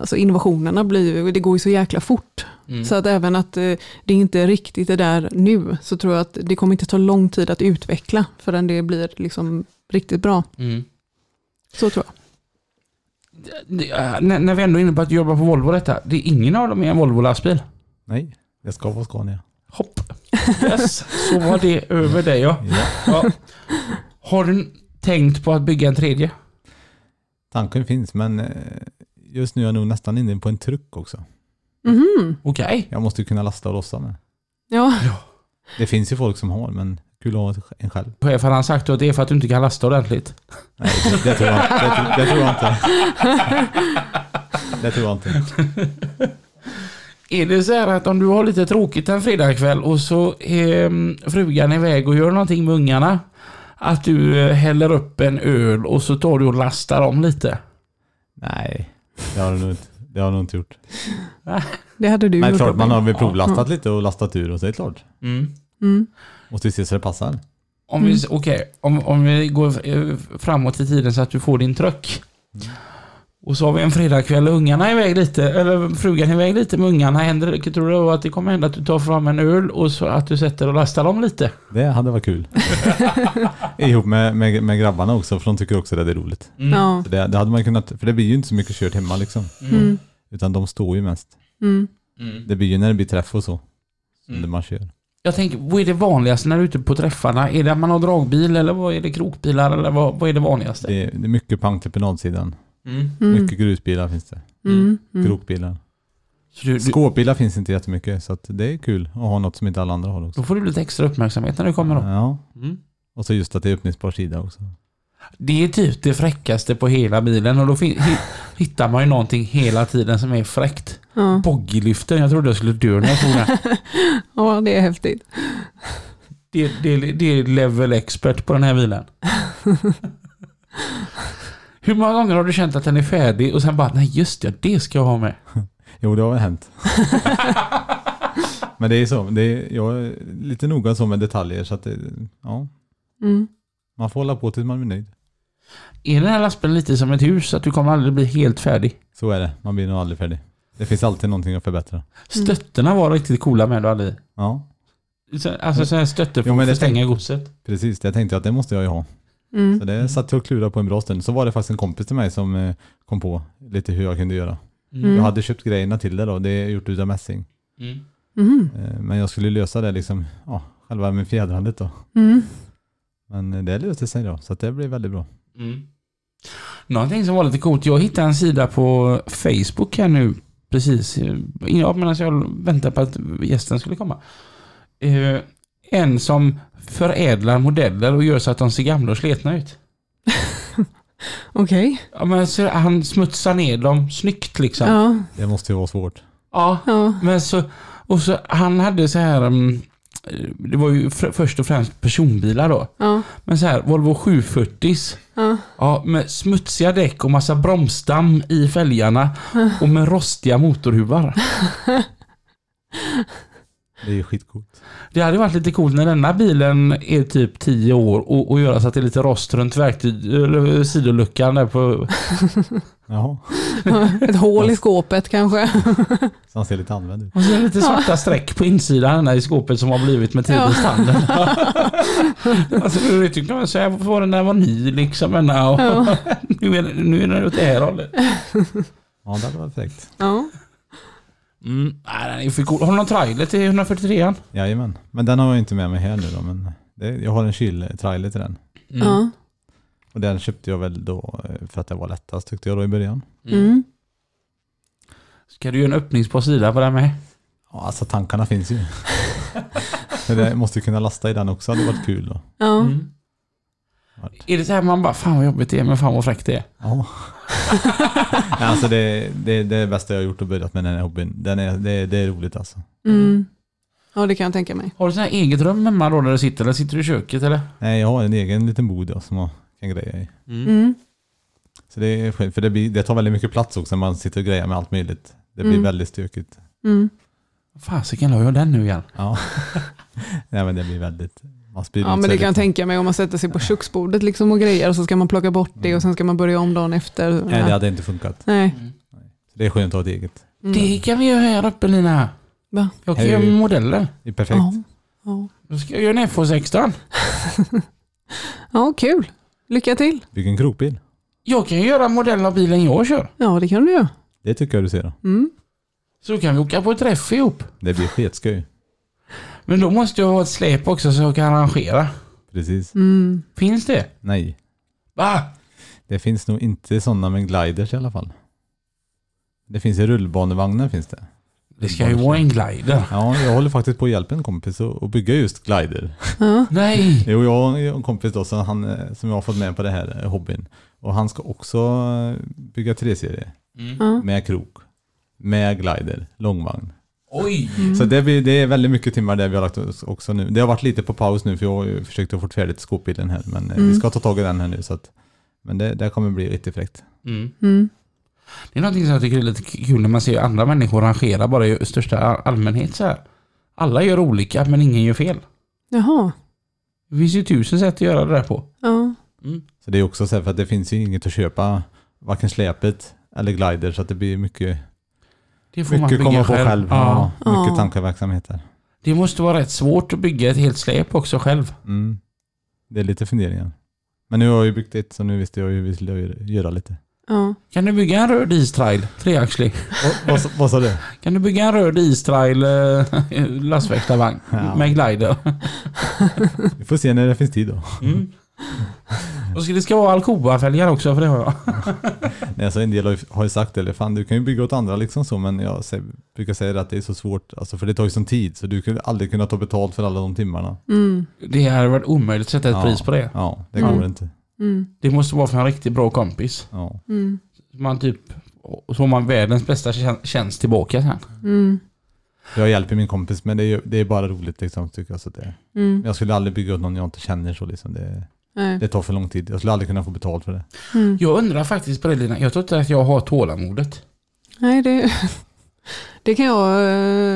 alltså innovationerna blir, ju- det går ju så jäkla fort. Mm. Så att även att eh, det inte riktigt är där nu så tror jag att det kommer inte ta lång tid att utveckla förrän det blir liksom riktigt bra. Mm. Så tror jag. Det- äh, När, när vi ändå är inne på att jobba på Volvo detta, det är ingen av dem är en Volvo lastbil. Nej, jag ska vara Scania. Hopp. Yes, så var det över dig ja. Ja. ja. Har du tänkt på att bygga en tredje? Tanken finns men eh, just nu är jag nog nästan inne på en truck också. Mhm. Okej. Jag måste ju kunna lasta och lossa med. Ja, Det finns ju folk som har men kul att ha en själv. Chefen han sagt att det är för att du inte kan lasta ordentligt. Nej, det tror jag, det, tror- det tror jag inte. det tror jag inte. Är det så här att om du har lite tråkigt en fredagkväll och så är frugan iväg och gör någonting med ungarna. Att du eh, häller upp en öl och så tar du och lastar om lite. Nej, det har du nog inte. Det har du nog inte gjort. Det hade du Men gjort klart, Robin. man har väl provlastat lite och lastat ur och så är det klart. Mm. Och tills så det passar. Om vi, okej, om, om vi går eh, framåt i tiden så att du får din truck. Mm. Och så har vi en fredagkväll och ungarna är iväg lite, eller frugan är iväg lite med ungarna. Händer, det- tror du att det kommer hända att du tar fram en öl och så att du sätter och lastar dem lite? Det hade varit kul. Ihop med, med, med grabbarna också, för de tycker också att det är roligt. Ja. Så Det, det hade man kunnat, för det blir ju inte så mycket kört hemma liksom. Mm. Utan de står ju mest. Mm. Det blir ju när det blir träff och så. Som Mm. det man kör. Jag tänker, vad är det vanligaste när du är ute på träffarna? Är det att man har dragbil eller vad är det krokbilar eller vad, vad är det vanligaste? Det, det är mycket på entreprenadsidan. Mm. Mm. Mycket grusbilar finns det. Mm. Mm. Grokbilar. Så du, du, Skåpbilar finns inte jättemycket så att det är kul att ha något som inte alla andra har också. då får du lite extra uppmärksamhet när du kommer då. Ja, Mm. och så just att det är öppningsbar sida också. Det är typ det fräckaste på hela bilen och då fin- hi- hittar man ju någonting hela tiden som är fräckt. Ja. Boggilyften, jag trodde jag skulle dö när jag såg den. ja, det är häftigt. Det, det, det är level expert på den här bilen. Hur många gånger har du känt att den är färdig och sen bara, nej just det, det ska jag ha med. Jo, det har väl hänt. Men det är så, det är, jag är lite noga så med detaljer så att det, ja, Mm. man får hålla på tills man blir nöjd. Är den här lastbilen lite som ett hus, att du kommer aldrig bli helt färdig? Så är det, man blir nog aldrig färdig. Det finns alltid någonting att förbättra. Mm. Stötterna var riktigt coola med du hade i. Ja, Så- Alltså sådana här stötter Jo, för men att det förstänga godset. precis. Det tänkte jag att det måste jag ju ha. Mm. Så det satt jag och klurade på en bra stund. Så var det faktiskt en kompis till mig som eh, kom på lite hur jag kunde göra. Mm. Jag hade köpt grejerna till det då, det är gjort utav mässing. Mm. Mm. Eh, Men jag skulle lösa det liksom, ja, själva med fjädrandet då. Mm. Men eh, det löste sig då, så att det blev väldigt bra. Mm. Någonting som var lite coolt, jag hittade en sida på Facebook här nu precis eh, innan medan jag väntade på att gästen skulle komma. Eh, En som förädlar modeller och gör så att de ser gamla och sletna ut. Okej. Ja, men så han smutsar ner dem snyggt liksom. Ja. Ja. Det måste ju vara svårt. Ja. men så, och så, han hade så här, mm, det var ju fr- först och främst personbilar då. Ja. Men så här, Volvo 740s Ja. Ja, med smutsiga däck och massa bromsdamm i fälgarna och med rostiga motorhuvar. Det är ju skitcoolt. Det hade varit lite coolt när denna bilen är typ 10 år och, och göra så att det är lite rost runt verktyg, eller eh, sidoluckan där på... Jaha, Ett hål i skåpet kanske. så han ser lite använd ut. Och så lite svarta streck på insidan där i skåpet som har blivit med tidens tand. alltså, du vet, tycker man så här, varför var den där var ny liksom? Men, ja, och, Ja. nu, är, nu är den åt det här hållet. Ja, det hade varit fräckt. Ja. Mm, nej, den är för cool. Har du någon trailer till 143an? Jajamän. Men den har jag inte med mig här nu då, men det, jag har en kyltrailer till den. Mm. Ja. Och den köpte jag väl då eh, för att det var lättast tyckte jag då i början. Mm. Ska du göra en öppningsbar sida på den med? Ja, alltså tankarna finns ju. Men det måste ju kunna lasta i den också, det hade varit kul då. Ja. Varit. Är det så här man bara, fan vad jobbigt det är, men fan vad fräckt det är. Ja. Nej, alltså det, det, det är det bästa jag har gjort och börjat med den här hobbyn. Den är, det, det är roligt alltså. Mm. Ja, det kan jag tänka mig. Har du sån här eget rum hemma då där du sitter, eller sitter du i köket eller? Nej, jag har en egen liten bod jag som jag kan greja i. Mm. Så det är skönt, för det, blir, det tar väldigt mycket plats också när man sitter och grejar med allt möjligt. Det blir Mm. väldigt stökigt. Mm. Fasiken, la jag den nu igen? Ja. Nej men det blir väldigt, man spyr Ja, ut men sig det kan jag lite. tänka mig om man sätter sig på köksbordet liksom och grejer och så ska man plocka bort det och sen ska man börja om dagen efter. Nej, det hade inte funkat. Nej. Så det är skönt att ha ett eget. Mm. Det kan vi göra här uppe Lina. Va? Jag kan Hej. göra modeller. Det är perfekt. Ja. Ja. Då ska jag göra en FH16. ja, kul. Lycka till. Bygg en krokbil. Jag kan ju göra en modell av bilen jag kör. Ja, det kan du göra. Det tycker jag du ser. Då. Mm. Så kan vi åka på träff ihop. Det blir sketsköj. Men då måste jag ha ett släp också så jag kan arrangera. Precis. Mm. Finns det? Nej, Va? det finns nog inte sådana med gliders i alla fall. Det finns i rullbanevagnar finns det. Det ska ju vara en glider. Ja, jag håller faktiskt på att hjälpa en kompis att att bygga just glider. Ja. Nej! Jo, jag och en kompis då, som, han, eh, som jag har fått med på det här eh, hobbyn. Och han ska också eh, bygga 3-serie Ja. med krok, med glider, långvagn. Oj! Så det, blir, det är väldigt mycket timmar där vi har lagt oss också nu. Det har varit lite på paus nu för jag har ju försökt att få färdigt skåpbilen här. Men eh, vi ska ta tag i den här nu. Så att, men det, det kommer bli riktigt fräckt. Mm. Mm. Det är någonting som jag tycker är lite kul när man ser andra människor rangera bara i största all- allmänhet så här. Alla gör olika men ingen gör fel. Jaha. Det finns ju tusen sätt att göra det där på. Mm. Ja. Så det är också så här för att det finns ju inget att köpa, varken släpet eller glider. Så att det blir mycket, Det får man mycket bygga komma på själv. Ja. Ja. mycket tankeverksamhet där. Det måste vara rätt svårt att bygga ett helt släp också själv. Mm. Det är lite funderingar. Men nu har jag ju byggt ett så nu visste jag ju vi skulle göra- göra lite. Ja. Kan du bygga en röd istrail? Treaxlig. Vad- vad sa- Vad sa du? Kan du bygga en röd istrail eh, lastväktarvagn Ja. med glider? Vi får se när det finns tid då. Mm. Och så det ska vara Alcoa-fälgar också för det har jag. Nej, Alltså en del har ju- har ju sagt eller fan du kan ju bygga åt andra liksom så men jag sä- brukar säga det att det är så svårt, alltså för det tar ju sån tid så du skulle aldrig kunna ta betalt för alla de timmarna. Mm. Det hade varit omöjligt att sätta ett Ja. pris på det. Ja, det Mm. går inte. Mm. Det måste vara för en riktigt bra kompis. Ja. Mm. Man typ, så har man världens bästa tjän- tjänst tillbaka sen. Mm. Jag hjälper min kompis men det är, ju- det är bara roligt liksom tycker jag. Så det, Mm. jag skulle aldrig bygga åt någon jag inte känner så liksom. Det, Nej. det tar för lång tid. Jag skulle aldrig kunna få betalt för det. Mm. Jag undrar faktiskt på det Lina, jag tror inte att jag har tålamodet. Nej, det, det kan jag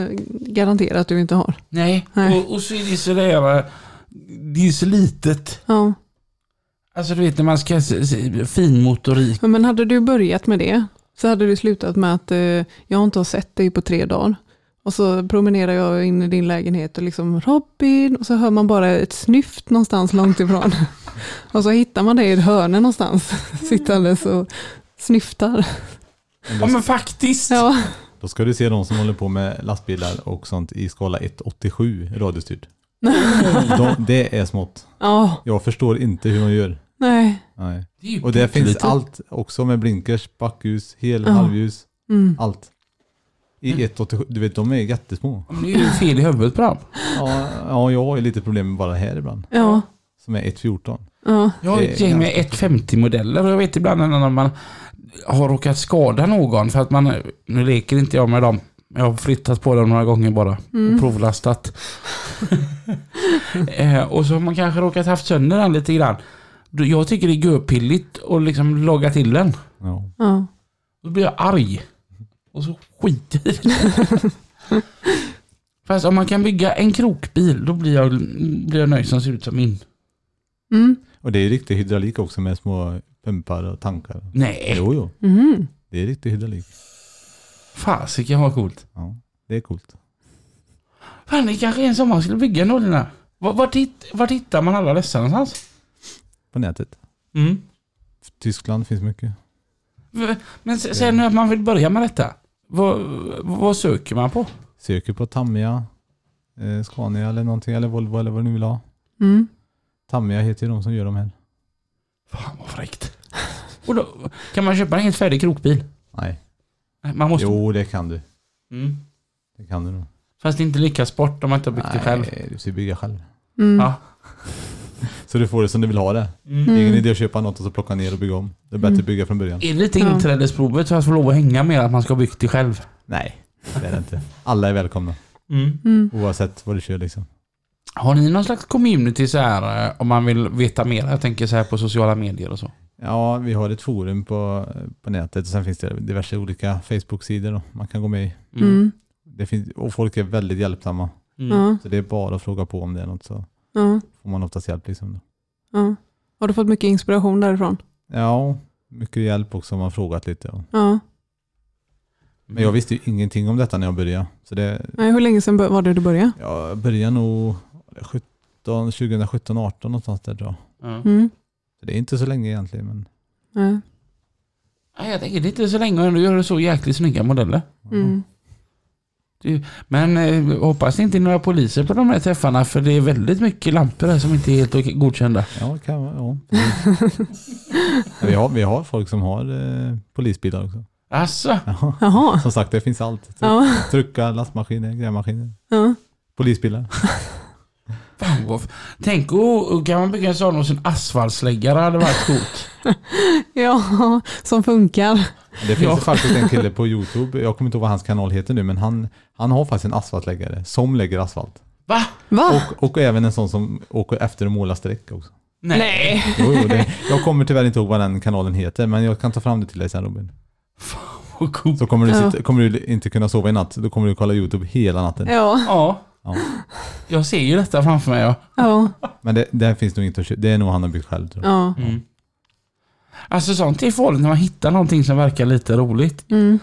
eh, garantera att du inte har. Nej, Nej. Och, och så är det sådär, eh, det är så litet. Ja. Alltså du vet när man ska se, se, finmotorik. Ja, Men hade du börjat med det så hade du slutat med att eh, jag har inte har sett dig på tre dagar. Och så promenerar jag in i din lägenhet och liksom Robin och så hör man bara ett snyft någonstans långt ifrån. Och så hittar man dig i ett hörne någonstans sittandes och snyftar. Men Ja då, men faktiskt! Ja, då ska du se de som håller på med lastbilar och sånt i skala 187 radiostyrt. De, det är smått. ja Jag förstår inte hur de gör. nej. Nej. Det är ju Och det finns pyttelite. allt också med blinkers, backljus, hel, Ja. halvljus, Mm. allt. I 187, du vet de är jättesmå. Men Det är ju fel i huvudet på dem. Ja, ja jag har ju lite problem med bara här ibland. Ja, Som är 114. ja, Jag har Det är ett gäng med 150 modeller och jag vet ibland när man har råkat skada någon för att man, nu leker inte jag med dem, jag har flyttat på dem några gånger bara och provlastat. eh, och så har man kanske råkat haft sönder den lite grann. Då- Jag tycker det är görpilligt att liksom laga till den. Ja. ja. Då blir jag arg. Och så skiter jag i det. Fast om man kan bygga en krokbil, då blir jag, blir jag nöjd som ser ut som min. Mm. Och det är riktig hydraulik också med små pumpar och tankar. Nej, Jo, jo. Mhm. Det är riktig hydraulik. fasiken vad coolt. Ja, det är coolt. Fan, det kanske är en som man skulle bygga en Lina. Vart, vart, hitt- vart hittar man alla dessa någonstans? På nätet. Mm. Tyskland finns mycket. Men s- säg nu att man vill börja med detta. Vad, vad söker man på? Söker på Tamiya, eh, Scania eller någonting, eller Volvo eller vad du vill ha. Mm. Tamiya heter ju de som gör de här. Fan vad fräckt. Och då, kan man köpa en helt färdig krokbil? Nej. Nej, Man måste. Jo, det kan du. Mm. Det kan du nog. Fast det är inte lika sport om man inte har byggt det själv. Nej, du ska bygga själv. Mm. Ja. Så du får det som du vill ha det. Mm. Det är ingen idé att köpa något och så plocka ner och bygga om. Det är bättre att bygga från början. Är det lite Ja. inträdesprovet för att få lov att hänga med att man ska ha byggt det själv? Nej, det är det inte. Alla är välkomna. Mm. Oavsett vad du kör liksom. Har ni någon slags community så här eh, om man vill veta mer? Jag tänker så här på sociala medier och så. Ja, vi har ett forum på, på nätet och sen finns det diverse olika Facebook-sidor då man kan gå med i. Mm. Det finns, och folk är väldigt hjälpsamma. Mm. Ja, Så det är bara att fråga på om det är något så ja, får man oftast hjälp. Liksom. då. ja. Har du fått mycket inspiration därifrån? Ja, mycket hjälp också om man frågat lite. och- Ja. Men jag visste ju ingenting om detta när jag började. Så det, Nej, hur länge sedan bör- var det du började? jag började nog 17, 2017, 18 någonstans där tror jag. Ja. Mm. Så det är inte så länge egentligen. Men, Ja. Nej, jag tänker det är inte så länge och ändå gör du så jäkligt snygga modeller. Mm. Men eh, hoppas det inte är några poliser på de här träffarna för det är väldigt mycket lampor här som inte är helt okej- godkända. ja, kan, ja. precis. Men vi, har, vi har folk som har eh, polisbilar också. Alltså, Ja. Jaha. Som sagt, det finns allt. Tru- Ja, Truckar, lastmaskiner, grävmaskiner, ja. polisbilar. fan vad... Tänk och, och kan man bygga en sån hos en asfaltsläggare hade varit coolt. ja, som funkar. Det finns Ja. faktiskt en kille på YouTube, jag kommer inte ihåg vad hans kanal heter nu, men han, han har faktiskt en asfaltläggare som lägger asfalt. Va? Va? Och, och även en sån som åker efter och målar streck också. Nej. Jo, jo, det, jag kommer tyvärr inte ihåg vad den kanalen heter, men jag kan ta fram det till dig sen Robin. Vad coolt. Så kommer du, Ja. sitta, kommer du inte kunna sova i natt, då kommer du kolla YouTube hela natten. Ja, Ja. Ja. Jag ser ju detta framför mig. Ja. ja, Men det, det här finns nog inte att köpa, det är nog han har byggt själv. Tror jag. ja. Mm. Alltså sånt är farligt när man hittar någonting som verkar lite roligt. Mm.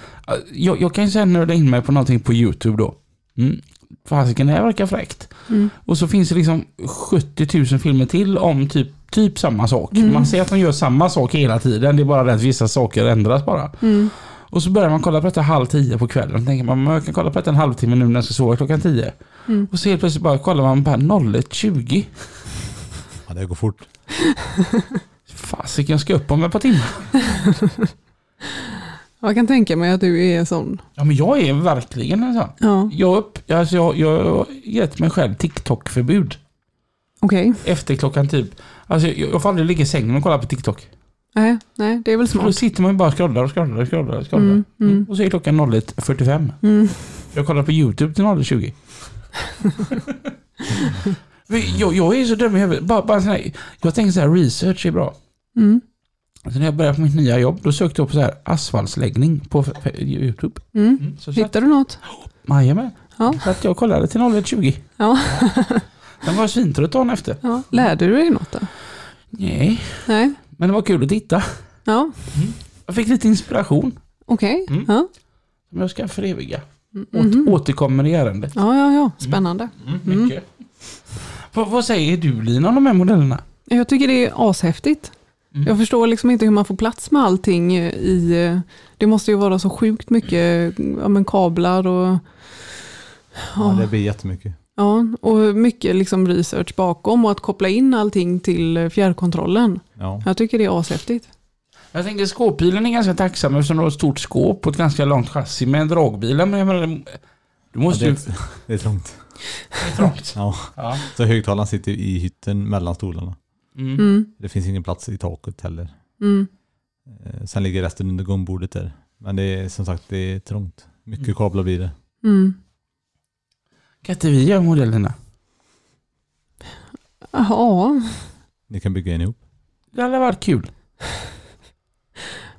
Jag, jag kan ju sen nörda in mig på någonting på YouTube då. Mm. Fasiken, det här verkar fräckt. Mm. Och så finns det liksom 70 000 filmer till om typ, typ samma sak. Mm. Man ser att de gör samma sak hela tiden. Det är bara det att vissa saker ändras bara. Mm. Och så börjar man kolla på detta halv tio på kvällen. Och tänker man, "Men jag kan kolla på detta en halvtimme nu när jag ska sova klockan tio. Mm. Och så helt plötsligt bara kollar man på 01.20. Ja, det går fort. Fasiken, jag ska upp om ett par timmar. Jag kan tänka mig att du är sån. Ja men jag är verkligen en sån. Ja, Jag, upp, alltså jag, jag har gett mig själv TikTok-förbud. okej. Efter klockan typ... Alltså jag, jag får aldrig ligga i sängen och kolla på TikTok. Nej, nej, det är väl För då smart. sitter man ju bara och scrollar och scrollar och scrollar. Och, scrollar. Mm, mm. Och så är klockan 01.45. Mm. Jag kollar på YouTube till 01.20. Men jag, jag är så dum i huvudet. Bara, bara en sån här, jag tänker så här, research är bra. Mm. Så när jag började på mitt nya jobb, då sökte jag på så här asfaltsläggning på f- f- YouTube. Mm. Så satt, Hittar du något? jajamän. Ja. Så att jag kollade till 01.20. Ja. Den var jag svintrött dagen efter. ja. Lärde du dig något då? Nej, Nej. men det var kul att titta. Ja, Jag fick lite inspiration okej. Mm. Ja. som jag ska föreviga. Mm, Åt, mhm. Återkommer i ärendet. ja, ja, ja. Spännande. Mm. Mycket. Vad- vad säger du Lina om de här modellerna? Jag tycker det är ashäftigt. Mm. Jag förstår liksom inte hur man får plats med allting i... eh, Det måste ju vara så sjukt mycket ja, men kablar och... Ja, Ja. det blir jättemycket. Ja, och mycket liksom research bakom och att koppla in allting till fjärrkontrollen. Ja. Jag tycker det är ashäftigt. Jag tänker skåpbilen är ganska tacksam eftersom du har ett stort skåp och ett ganska långt chassi med en dragbil. Men jag menar, du Ja, måste det, ju... är, det är trångt. Det är trångt. Ja. Ja. Så högtalaren sitter i hytten mellan stolarna. Mm. Mm, Det finns ingen plats i taket heller. mm, Eh, Sen ligger resten under gångbordet där. Men det är som sagt, det är trångt. Mm. Mycket kablar blir det. mm. Kan inte vi göra modellerna? Ja, Ni kan bygga en ihop. Det hade varit kul.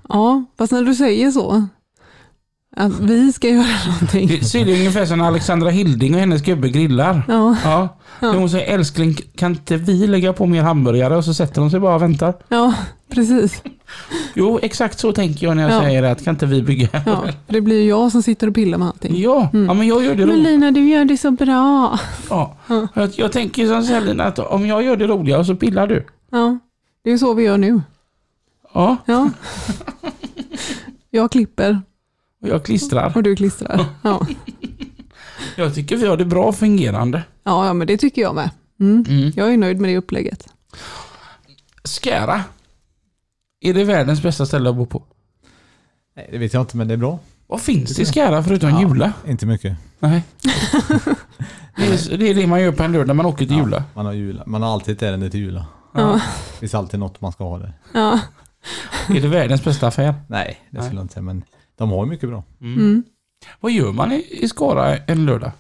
ja, fast när du säger så, att vi ska göra någonting. Det, så är det ungefär som när Alexandra Hilding och hennes gubbe grillar. Ja, Ja. Ja. Hon säger älskling kan inte vi lägga på mer hamburgare och så sätter de sig bara och väntar. ja precis. Jo exakt så tänker jag när jag Ja. säger att kan inte vi bygga en Ja, modell? det blir ju jag som sitter och pillar med allting. Ja, Mm. ja men jag gör det Men roligt. Lina, du gör det så bra. Ja. Jag, jag tänker som så här Lina, att om jag gör det roligare så pillar du. Ja, det är ju så vi gör nu. Ja, Ja. Jag klipper och jag klistrar. och du klistrar. Ja, Jag tycker vi har det bra fungerande. ja, ja men det tycker jag med. Mm. Mm. Jag är nöjd med det upplägget. Skära. Är det världens bästa ställe att bo på? Nej, det vet jag inte, men det är bra. Vad finns det i Skära förutom Ja. Jula? Inte mycket. Nej. det, är, det är det man gör på en lördag när man åker till Jula. Man har, jula. Man har alltid ett ärende till jula. Ja. Det finns alltid något man ska ha där. Ja. Är det världens bästa affär? Nej, det Nej. skulle jag inte säga, men de har ju mycket bra. Mm. Vad gör man i, i Skara en lördag?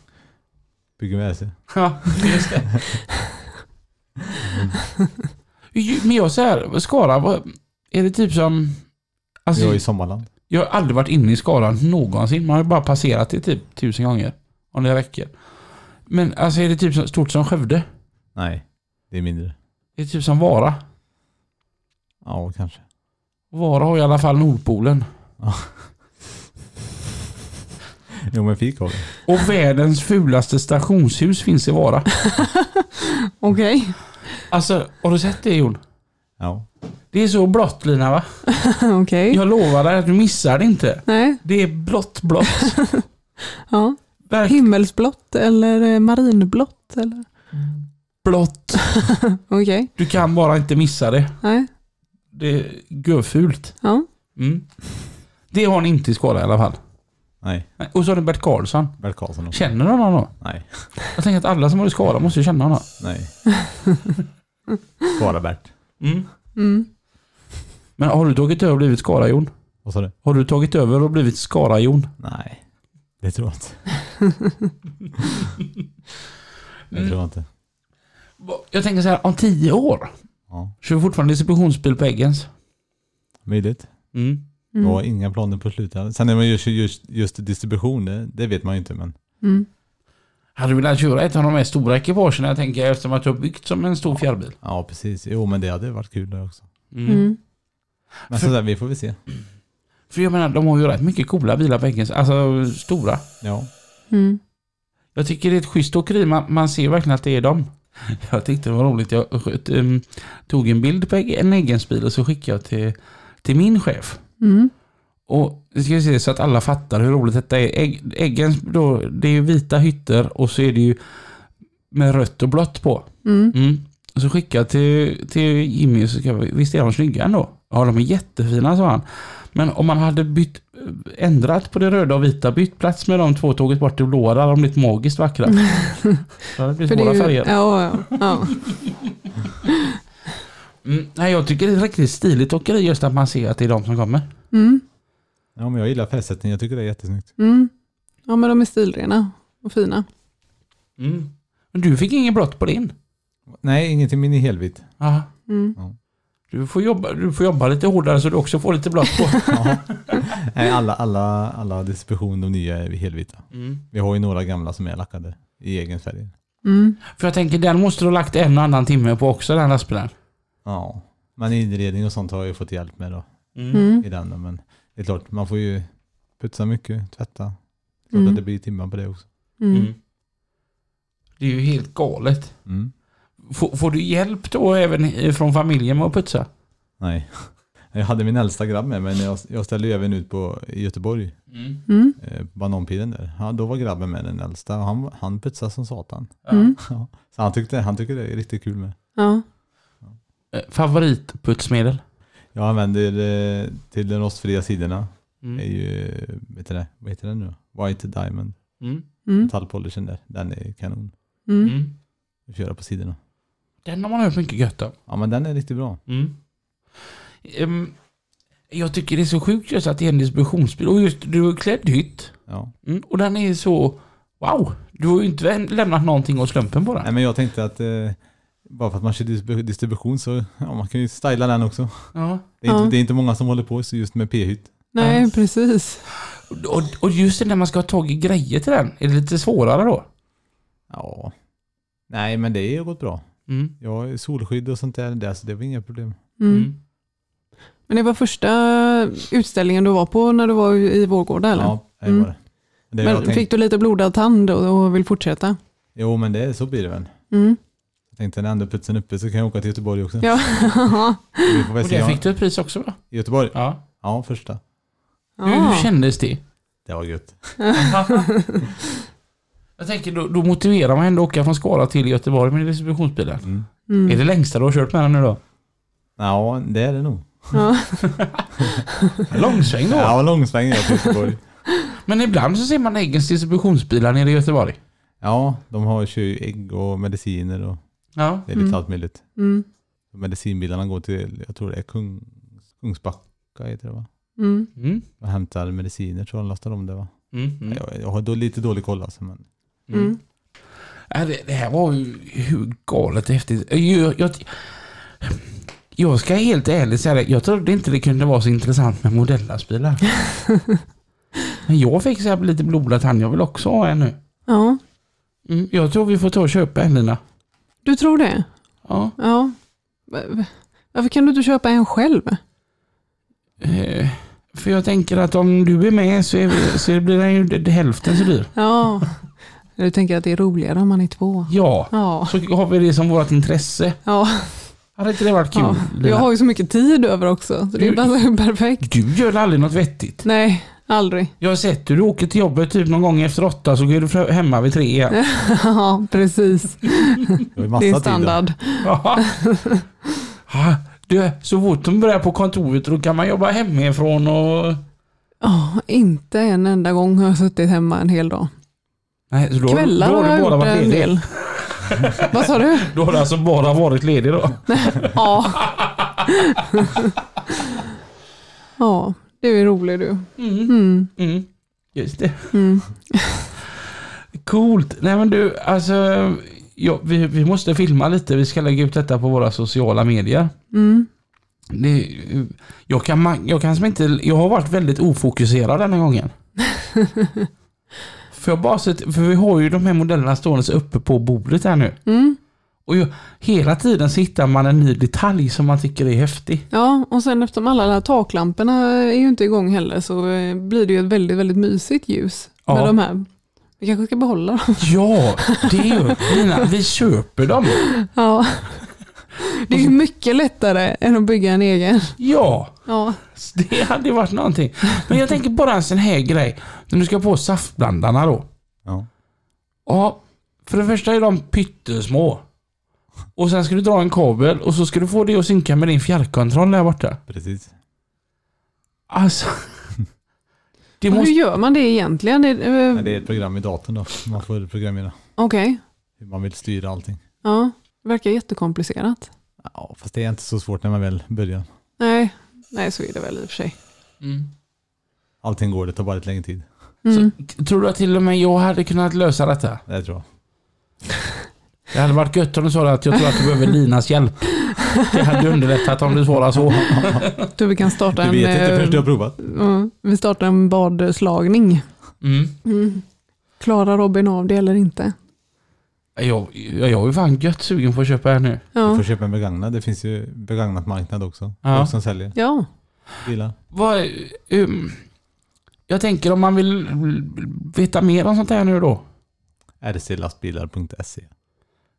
Bygger WC. Ja, just det. Ju- Men jag säger Skara, vad, är det typ som... Alltså, Jag är i jag, Sommarland. har aldrig varit inne i Skara någonsin. Man har ju bara passerat det typ tusen gånger. Om det räcker. Men alltså är det typ så stort som Skövde? Nej, det är mindre. Är det typ som Vara? Ja, kanske. Vara har i alla fall Nordpolen. Jo, men fik har vi. Och världens fulaste stationshus finns i Vara. Okej. Alltså, har du sett det Jon? Ja. Det är så blått Lina va? Okej. Jag lovar dig att du missar det inte. Nej. Det är blått blått. Ja. Verkligen Himmelsblått eller eh, marinblått? Eller? blått. Okej. Du kan bara inte missa det. Nej. Det är görfult. Ja. Mm. Det har ni inte i Skara i alla fall. Nej, Nej, Och så har ni Bert Karlsson. Bert Karlsson också. Känner du honom då? Nej, Jag tänker att alla som har i Skara måste ju känna honom. nej. Skara Bert. Mm. Men har du tagit över och blivit Skara-Jon? Vad sa du? Har du tagit över och blivit Skara-Jon? Nej, det tror jag inte. Det Mm. tror jag inte. Jag tänker så här, om tio år Ja, kör vi fortfarande distributionsbil på Eggens. möjligt. Mm. Jag har Mm. inga planer på att sluta. Sen när man gör just, just distribution, det, det vet man ju inte. Men Mm. Hade du velat köra ett av de här stora ekipagen jag tänker eftersom att du har byggt som en stor fjärrbil? ja, precis. Jo, men det hade varit kul det också. Mm. Men För- sådär, vi får väl se. För jag menar, de har ju rätt mycket coola bilar på Eggens. Alltså stora. Ja, Mm. Jag tycker det är ett schysst åkeri. Man, man ser verkligen att det är dem. Jag tyckte det var roligt. Jag sköt, ehm, tog en bild på en Eggensbil och så skickade jag till, till min chef. Mm. Och nu ska vi se så att alla fattar hur roligt detta är. Ägg, äggens, då, det är ju vita hytter och så är det ju med rött och blått på. Mm. Mm. Och Så skickade jag till, till Jimmy och så skrev jag, visst är de snygga ändå? Ja, de är jättefina, sa han. Men om man hade bytt, ändrat på det röda och vita, bytt plats med de två och tagit bort det blåa, hade de blivit magiskt vackra. Då hade det För det blivit våra är ju- färger. Ja, ja, ja. Mm. Nej, jag tycker det är ett riktigt stiligt åkeri just att man ser att det är de som kommer. Mm. ja men jag gillar färgsättningen. Jag tycker det är jättesnyggt. Mm. Ja, men de är stilrena och fina. Mm. Men du fick inget blått på din. Nej, ingenting min är helvitt. Aha. Mm. Du får, jobba, du får jobba lite hårdare så du också får lite blått på. Ja. Nej, alla, alla, alla distributioner, de nya är helvita. Mm. Vi har ju några gamla som är lackade i egen färg. Mm. För jag tänker den måste du ha lagt en och annan timme på också den lastbilen. Ja, men inredning och sånt har jag ju fått hjälp med då Mm. i den. då, Men det är klart, man får ju putsa mycket, tvätta. Klart Mm. att det blir timmar på det också. Mm. Det är ju helt galet. Mm. Får, får du hjälp då även från familjen med att putsa? Nej. Jag hade min äldsta grabb med mig, när jag, jag ställde ju även ut på i Göteborg, Mm. eh, på bananpiren där. Ja, då var grabben med den äldsta och han, han putsade som satan. Mm. Ja. Så han tyckte, han tyckte det är riktigt kul med. Ja. Eh, Favoritputsmedel? Jag använder eh, till de rostfria sidorna, är Mm. ju, eh, vet du det, vad heter den nu? White Diamond, Mm. Mm. metallpolishen där, den är kanon. Mm. Mm. Köra på sidorna. Den har man hört mycket gött om. Ja men den är riktigt bra. Mm. Ehm, jag tycker det är så sjukt just att det är en distributionsbil. Och just du är klädd hytt. Ja. Mm. Och den är så... Wow! Du har ju inte vä- lämnat någonting åt slumpen på den. Nej men jag tänkte att eh, bara för att man kör distrib- distribution så ja, man kan ju styla den också. Ja. Det är, Ja. inte, det är inte många som håller på så just med p-hytt. Nej, precis. Och, och just det när man ska ha tag i grejer till den, är det lite svårare då? Ja. Nej men det har gått bra. Mm. Jag har solskydd och sånt där, där så det var inga problem. Mm. Men det var första utställningen du var på när du var i Vårgårda eller? Mm. Ja, det var det. det jag Men tänkte, fick du lite blodad tand och och vill fortsätta? Jo men det, så blir det väl. Mm. Jag tänkte när ändå putsen är uppe så kan jag åka till Göteborg också. Ja. Vi får väl Och se. där Ja, fick du ett pris också va? I Göteborg? Ja. Ja, första. Hur, hur ja. kändes det? Det var gött. Jag tänker då, då motiverar man ändå att åka från Skara till Göteborg med distributionsbilen. Mm. Mm. Är det längsta du har kört med den nu då? Ja, det är det nog. Ja. Långsväng då? Ja, långsväng jag till Göteborg. Men ibland så ser man Eggens distributionsbilar nere i Göteborg. Ja, de har kör ju ägg och mediciner och Ja. det är lite Mm. allt möjligt. Mm. Medicinbilarna går till, jag tror det är Kung, Kungsbacka heter det va? Mm. Mm. Och hämtar mediciner tror jag de lastar om det va? Mm. Mm. Jag, jag har då lite dålig koll alltså men Mm. Ja, Äh, det, det här var ju hur galet häftigt. Äh, Jag, jag, jag ska helt ärligt säga det, jag trodde inte det kunde vara så intressant med modellastbilar. Men jag fick så här lite blodad tand, jag vill också ha en nu. ja. Mm, jag tror vi får ta och köpa en Lina. Du tror det? Ja. Ja. Va- Varför kan du inte köpa en själv? Eh, för jag tänker att om du är med så, är vi, så blir den ju d- d- hälften så dyr. Ja. Du tänker att det är roligare om man är två? Ja, Ja. så har vi det som vårt intresse. ja. Hade inte det varit kul ja. Jag Lina? har ju så mycket tid över också, så det Du- passar ju perfekt. Du gör aldrig något vettigt. Nej, aldrig. Jag har sett hur du åker till jobbet typ någon gång efter åtta så går du fram- hemma vid tre igen. Ja, precis. jag har ju Det är massa tid då. standard. Ja. Du, så fort de börjar på kontoret då kan man jobba hemifrån och Ja, inte en enda gång har jag suttit hemma en hel dag. Nej, så då, Kvällar då har du jag bara gjort varit en ledig. del. Vad sa du? Då har du alltså bara varit ledig då? Ja. ja, du är rolig du. Mm. Mm, Mm. Just det. mm. Coolt. Nej men du, alltså. Ja, vi, vi måste filma lite. Vi ska lägga ut detta på våra sociala medier. Mm. Det, jag, kan, ma- jag, kan som inte, jag har varit väldigt ofokuserad den här gången. för, jag bara sett, för vi har ju de här modellerna stående uppe på bordet här nu. Mm. Och jag, hela tiden så hittar man en ny detalj som man tycker är häftig. Ja, och sen eftersom alla de här taklamporna är ju inte igång heller så eh, blir det ju ett väldigt, väldigt mysigt ljus Ja. med de här. Vi kanske ska behålla dem. Ja, det är ju Lina, vi köper dem. Ja. Det är ju mycket lättare än att bygga en egen. Ja, Ja. Alltså, det hade ju varit någonting. Men jag tänker bara en sån här grej. När du ska på saftblandarna då. Ja. Ja, för det första är de pyttesmå. Och sen ska du dra en kabel och så ska du få det att synka med din fjärrkontroll där borta. Precis. Alltså. Det Och Hur måste... gör man det egentligen? Det- eh, Nej, det är ett program i datorn då. Man får programmera Okej, hur man vill styra allting. ja. det verkar jättekomplicerat. Ja, fast det är inte så svårt när man väl börjar. Nej. Nej, så är det väl i och för sig. Mm. Allting går, det tar bara lite längre tid. Mm. T- Tror du att till och med jag hade kunnat lösa detta? Det tror jag. Det hade varit gött om du sa att jag tror att du behöver Linas hjälp. Det hade underlättat om du svarade så. Tror vi kan starta Du en, vet inte eh, förrän du har provat. ja, vi startar en badslagning. Mm. Mm. Klarar Robin av det eller inte? Jag, jag, jag är fan gött sugen på att köpa här nu. Du Ja. får köpa en begagnad. Det finns ju begagnat marknad också. Ja. Folk som säljer ja. bilar. Vad, um, jag tänker om man vill veta mer om sånt här nu då. rclastbilar.se.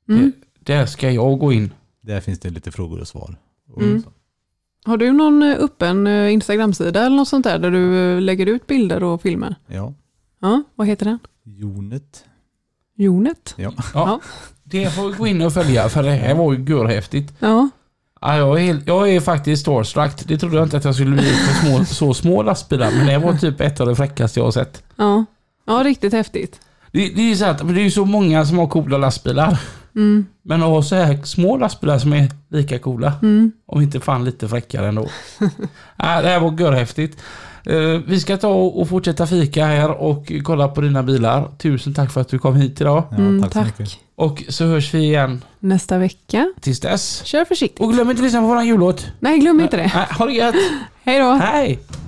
Mm. Där ska jag gå in. Där finns det lite frågor och svar. Och Mm. så. Har du någon eh, öppen eh, Instagram-sida eller något sånt där där du eh, lägger ut bilder och filmer? Ja, Ja, vad heter den? Jonet. Jonet? Ja. Ja. Det får vi gå in och följa för det här var ju görhäftigt. Ja. Ja, jag, är helt, jag är faktiskt starstruck. Det trodde jag inte att jag skulle bli för små, så små lastbilar. Men det var typ ett av det fräckaste jag har sett. Ja. ja, riktigt häftigt. Det, det är ju så att, men det är ju så många som har coola lastbilar. Mm. Men att ha så här små lastbilar som är lika coola. Mm. Om inte fan lite fräckare ändå. ja, det här var görhäftigt. Eh, vi ska ta och och fortsätta fika här och kolla på dina bilar. Tusen tack för att du kom hit idag. Ja, Mm, tack så tack. mycket. Och så hörs vi igen Nästa vecka. tills dess. Kör försiktigt. Och glöm inte att lyssna på våran jullåt. Nej, glöm inte det. Nej, Ha det Äh, gött. Hej då. Hej!